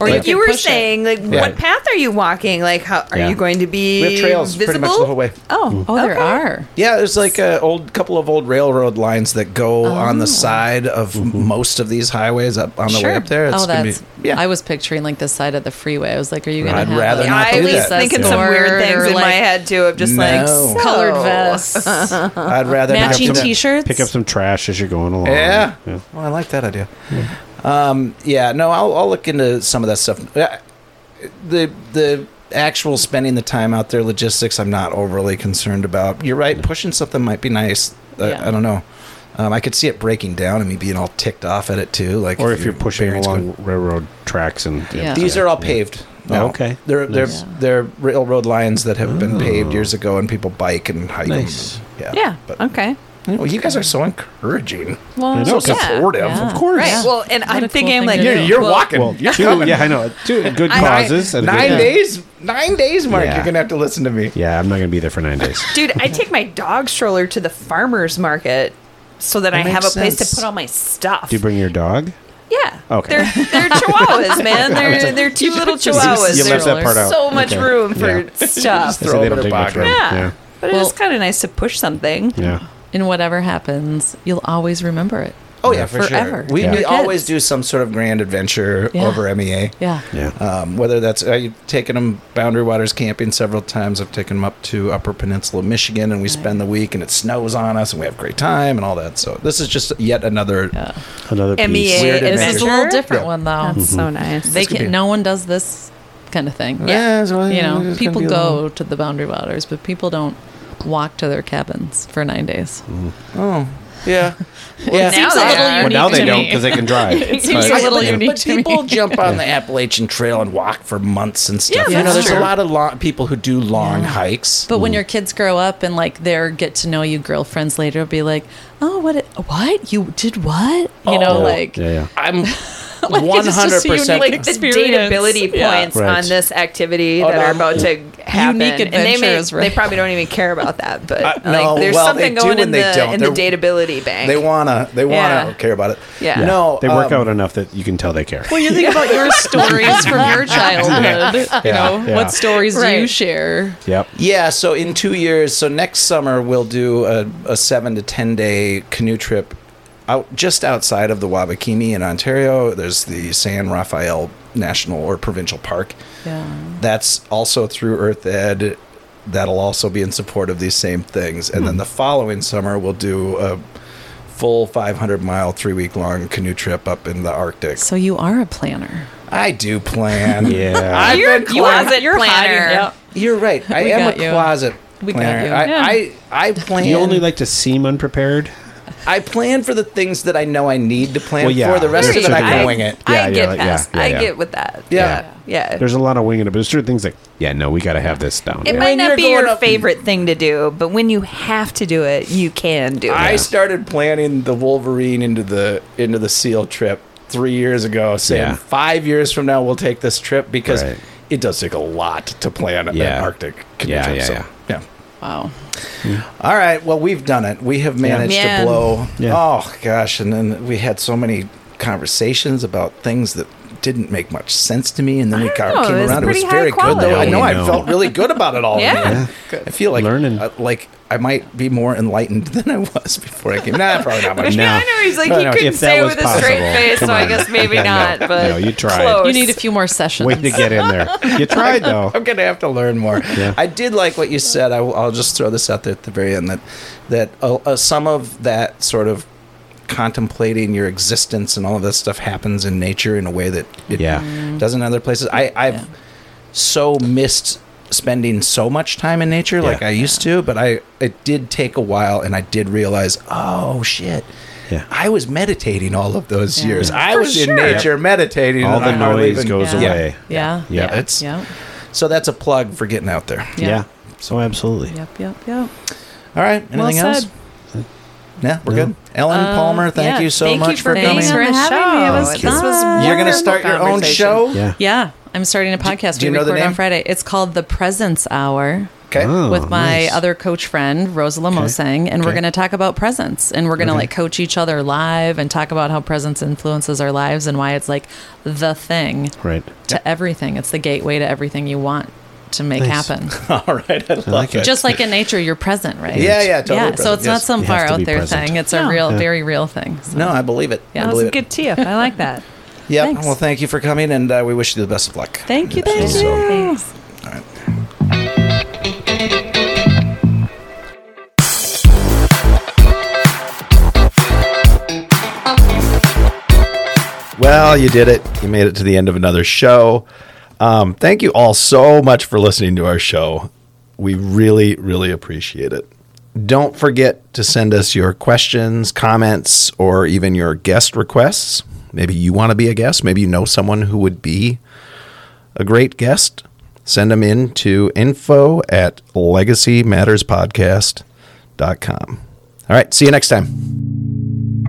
Or like you you could were push it. saying, like what path are you walking? Like, how are Yeah. you going to be? We have trails visible? pretty much the whole way. Oh, Oh, there okay. are. Yeah, there's like a old couple of old railroad lines that go on Oh. the side of Mm-hmm. most of these highways up on the way up there. oh, gonna that's. be, yeah. I was picturing like the side of the freeway. I was like, "Are you gonna?" I'd have rather like, not a I do was that. thinking some resort weird things or, in my like, head too of just like No. so- Colored vests, I'd rather not uh-huh. matching do that. T-shirts. Pick up some trash as you're going along. Yeah. Well, I like that idea. Um, yeah. No, I'll, I'll look into some of that stuff. Uh, The the actual spending the time out there, logistics, I'm not overly concerned about. You're right. Pushing something might be nice. I- I, Yeah. don't know. Um, I could see it breaking down and me being all ticked off at it too. Like, Or if your you're pushing bearings along go- railroad tracks and Yeah. these are all paved. now. Oh, okay. They're they're Nice. they're railroad lines that have been paved years ago, and people bike and hike. 'em. Nice. Yeah. Yeah. But okay. you, know, you guys are so encouraging. Well, so okay. supportive. Yeah. Of course. Right. Yeah. Well, and What a I'm cool thinking thing like to You're, do. you're Well- walking. Well, you're two, coming. yeah, I know. Two good I- causes. and a good- Nine yeah. days, nine days, Mark. Yeah. You're gonna have to listen to me. Yeah, I'm not going to be there for nine days. Dude, I take my dog stroller to the farmer's market so that, I makes have a place sense. to put all my stuff. Do you bring your dog? yeah. Okay. They're, they're chihuahuas, man. They're, they're two little chihuahuas. You left that There's part out. so much Okay. room for Yeah. stuff. Throw I said they them don't in take a much room. bucket. yeah. Yeah. But it Well- is kind of nice to push something. Yeah. and whatever happens, you'll always remember it. Oh yeah, for Forever. sure. We, Yeah. we Your always kids. do some sort of grand adventure Yeah. over E MEA. Yeah. Yeah. Um, whether that's I've taken them Boundary Waters camping several times. I've taken them up to Upper Peninsula, Michigan, and we spend the week, and it snows on us, and we have a great time, and all that. So this is just yet another. Another piece. MEA Weird This is a adventure. little different Yeah. one though. That's Mm-hmm. so nice. they could be- can. No one does this kind of thing. Yeah, it's only- you it's know, gonna people be a go long- to the Boundary Waters, but people don't walk to their cabins for nine days. Oh, yeah, yeah. Seems Now a they little are. unique Well, now they to don't me. because they can drive. It seems But- a little but, unique but to people me. jump on the Appalachian Trail and walk for months and stuff. Yeah, you know, that's there's a true. lot of long, people who do long hikes. But when your kids grow up and like their get to know you girlfriends later, will be like, "Oh, what? What you did? What? You know, Oh. like Yeah, yeah. I'm Like, it's just a unique 100%. ex- Like, the experience. dateability Yeah. points Right. on this activity Oh, that are no. about to happen. Unique and they, may, adventures, right. they probably don't even care about that, but like, no, there's well, something they do going in and they the, don't. in the They're- dateability bank. They wanna, they wanna Yeah. care about it. Yeah. Yeah. No, they work um, out enough that you can tell they care. Well, you think about your stories from your childhood. You Yeah, know, yeah. what stories do you Right. share? Yep. Yeah, so in two years, so next summer we'll do a, a seven to ten day canoe trip out just outside of the Wabakini in Ontario. There's the San Rafael National or Provincial Park. Yeah. That's also through Earth Ed. That'll also be in support of these same things. And Hmm. then the following summer we'll do a full 500 mile, three week long canoe trip up in the Arctic. So you are a planner. I do plan. Yeah. I've You're been a closet You're planner. hiding, yep. You're right. I We am got a you. closet. We got planner. you. I, Yeah. I I plan. You only like to seem unprepared. I plan for the things that I know I need to plan Well, yeah. for. The rest There of it, should I be. can I- wing it. Yeah, I yeah, get yeah, past. yeah, I yeah. get with that. Yeah. Yeah. There's a lot of winging it, but there's certain things like, yeah, no, we got to have this down. it Yeah. might not you're be your going up- favorite thing to do, but when you have to do it, you can do I it. started planning the Wolverine into the into the SEAL trip three years ago, saying Yeah. five years from now we'll take this trip because Right. it does take a lot to plan an Yeah. Arctic canoe Yeah, trip. yeah, so, yeah. Hmm. yeah. Wow. All right. Well, we've done it. We have managed Yeah. to blow. Yeah. Oh gosh, and then we had so many conversations about things that didn't make much sense to me, and then we don't kind know, of came it was around. It was pretty high very good, quality. though. I know I No. felt really good about it all. Yeah. Yeah. I feel like Learning. uh, like I might be more enlightened than I was before I came. Nah, probably not much. No. I know he's like No, he no, couldn't if that say it was with a straight possible, face, come so I on. guess maybe Yeah, no, not. But no, you tried. Close. You need a few more sessions. Way to get in there. You tried, though. I'm gonna have to learn more. Yeah. I did like what you said. I, will I'll just throw this out there at the very end that that uh, uh, some of that sort of contemplating your existence and all of that stuff happens in nature in a way that it Yeah. doesn't in other places. I, I've so missed spending so much time in nature like Yeah. I used to, but I it did take a while and I did realize, oh shit. Yeah. I was meditating all of those Yeah. years. I For was in sure. nature meditating. All and the I hardly noise even- goes Yeah. away. Yeah. Yeah. Yeah, it's Yep. so that's a plug for getting out there. Yeah. So absolutely. Yep. Yep. Yep. All right. Anything Well else? said. Uh, Yeah, we're good. Ellen Palmer, thank yeah, you so thank you much for for, being coming. here. Thanks for having having me. me. It It was was this fun. was You're going to Wonderful start your own conversation. show? Yeah. Yeah. I'm starting a podcast. do you we know the record name? on Friday. It's called The Presence Hour. Okay. Oh, with my nice. other coach friend Rosala Mosang, and we're Okay. going to talk about presence, and we're going to like coach each other live and talk about how presence influences our lives and why it's like the thing Right. to everything. It's the gateway to everything you want to make Nice. happen. All right. I love like it. it. Just like in nature, you're present, right? Yeah, yeah, totally yeah. So present, it's yes. not some You have far to out be there present. thing. It's a real, very real thing. So, no, I believe it. I That was believe a good it. tip. I like that. Yeah. Thanks. Well, thank you for coming, and uh, we wish you the best of luck. Thank you. Yeah, Thank so- you. Thanks. Well, you did it. You made it to the end of another show. Um, thank you all so much for listening to our show. We really, really appreciate it. Don't forget to send us your questions, comments, or even your guest requests. Maybe you want to be a guest. Maybe you know someone who would be a great guest. Send them in to info at legacymatterspodcast.com. All right. See you next time.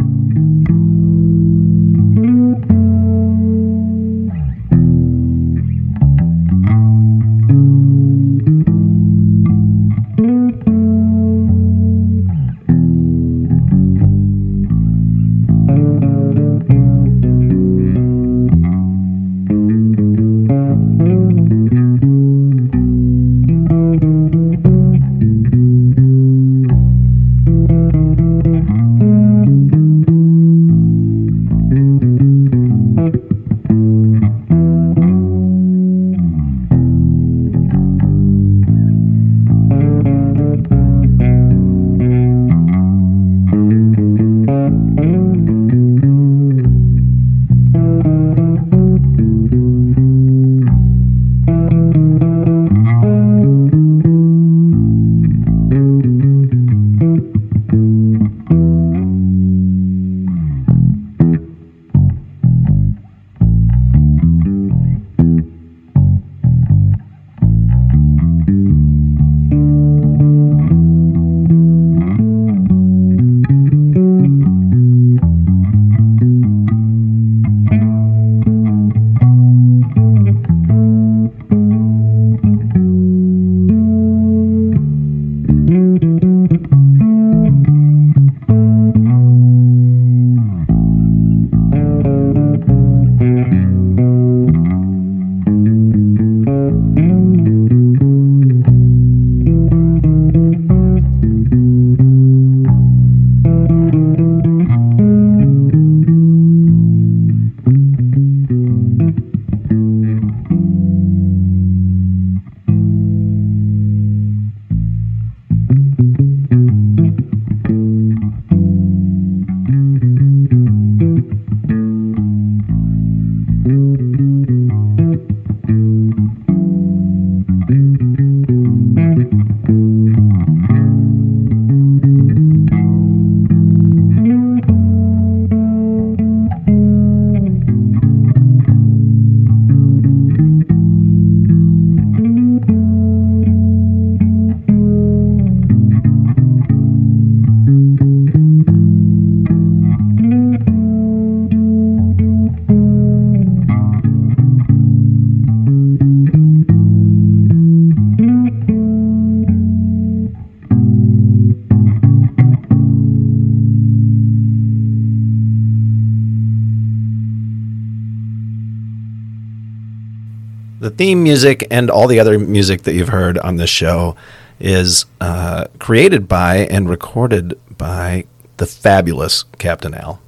The theme music and all the other music that you've heard on this show is uh, created by and recorded by the fabulous Captain Al.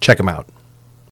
Check him out.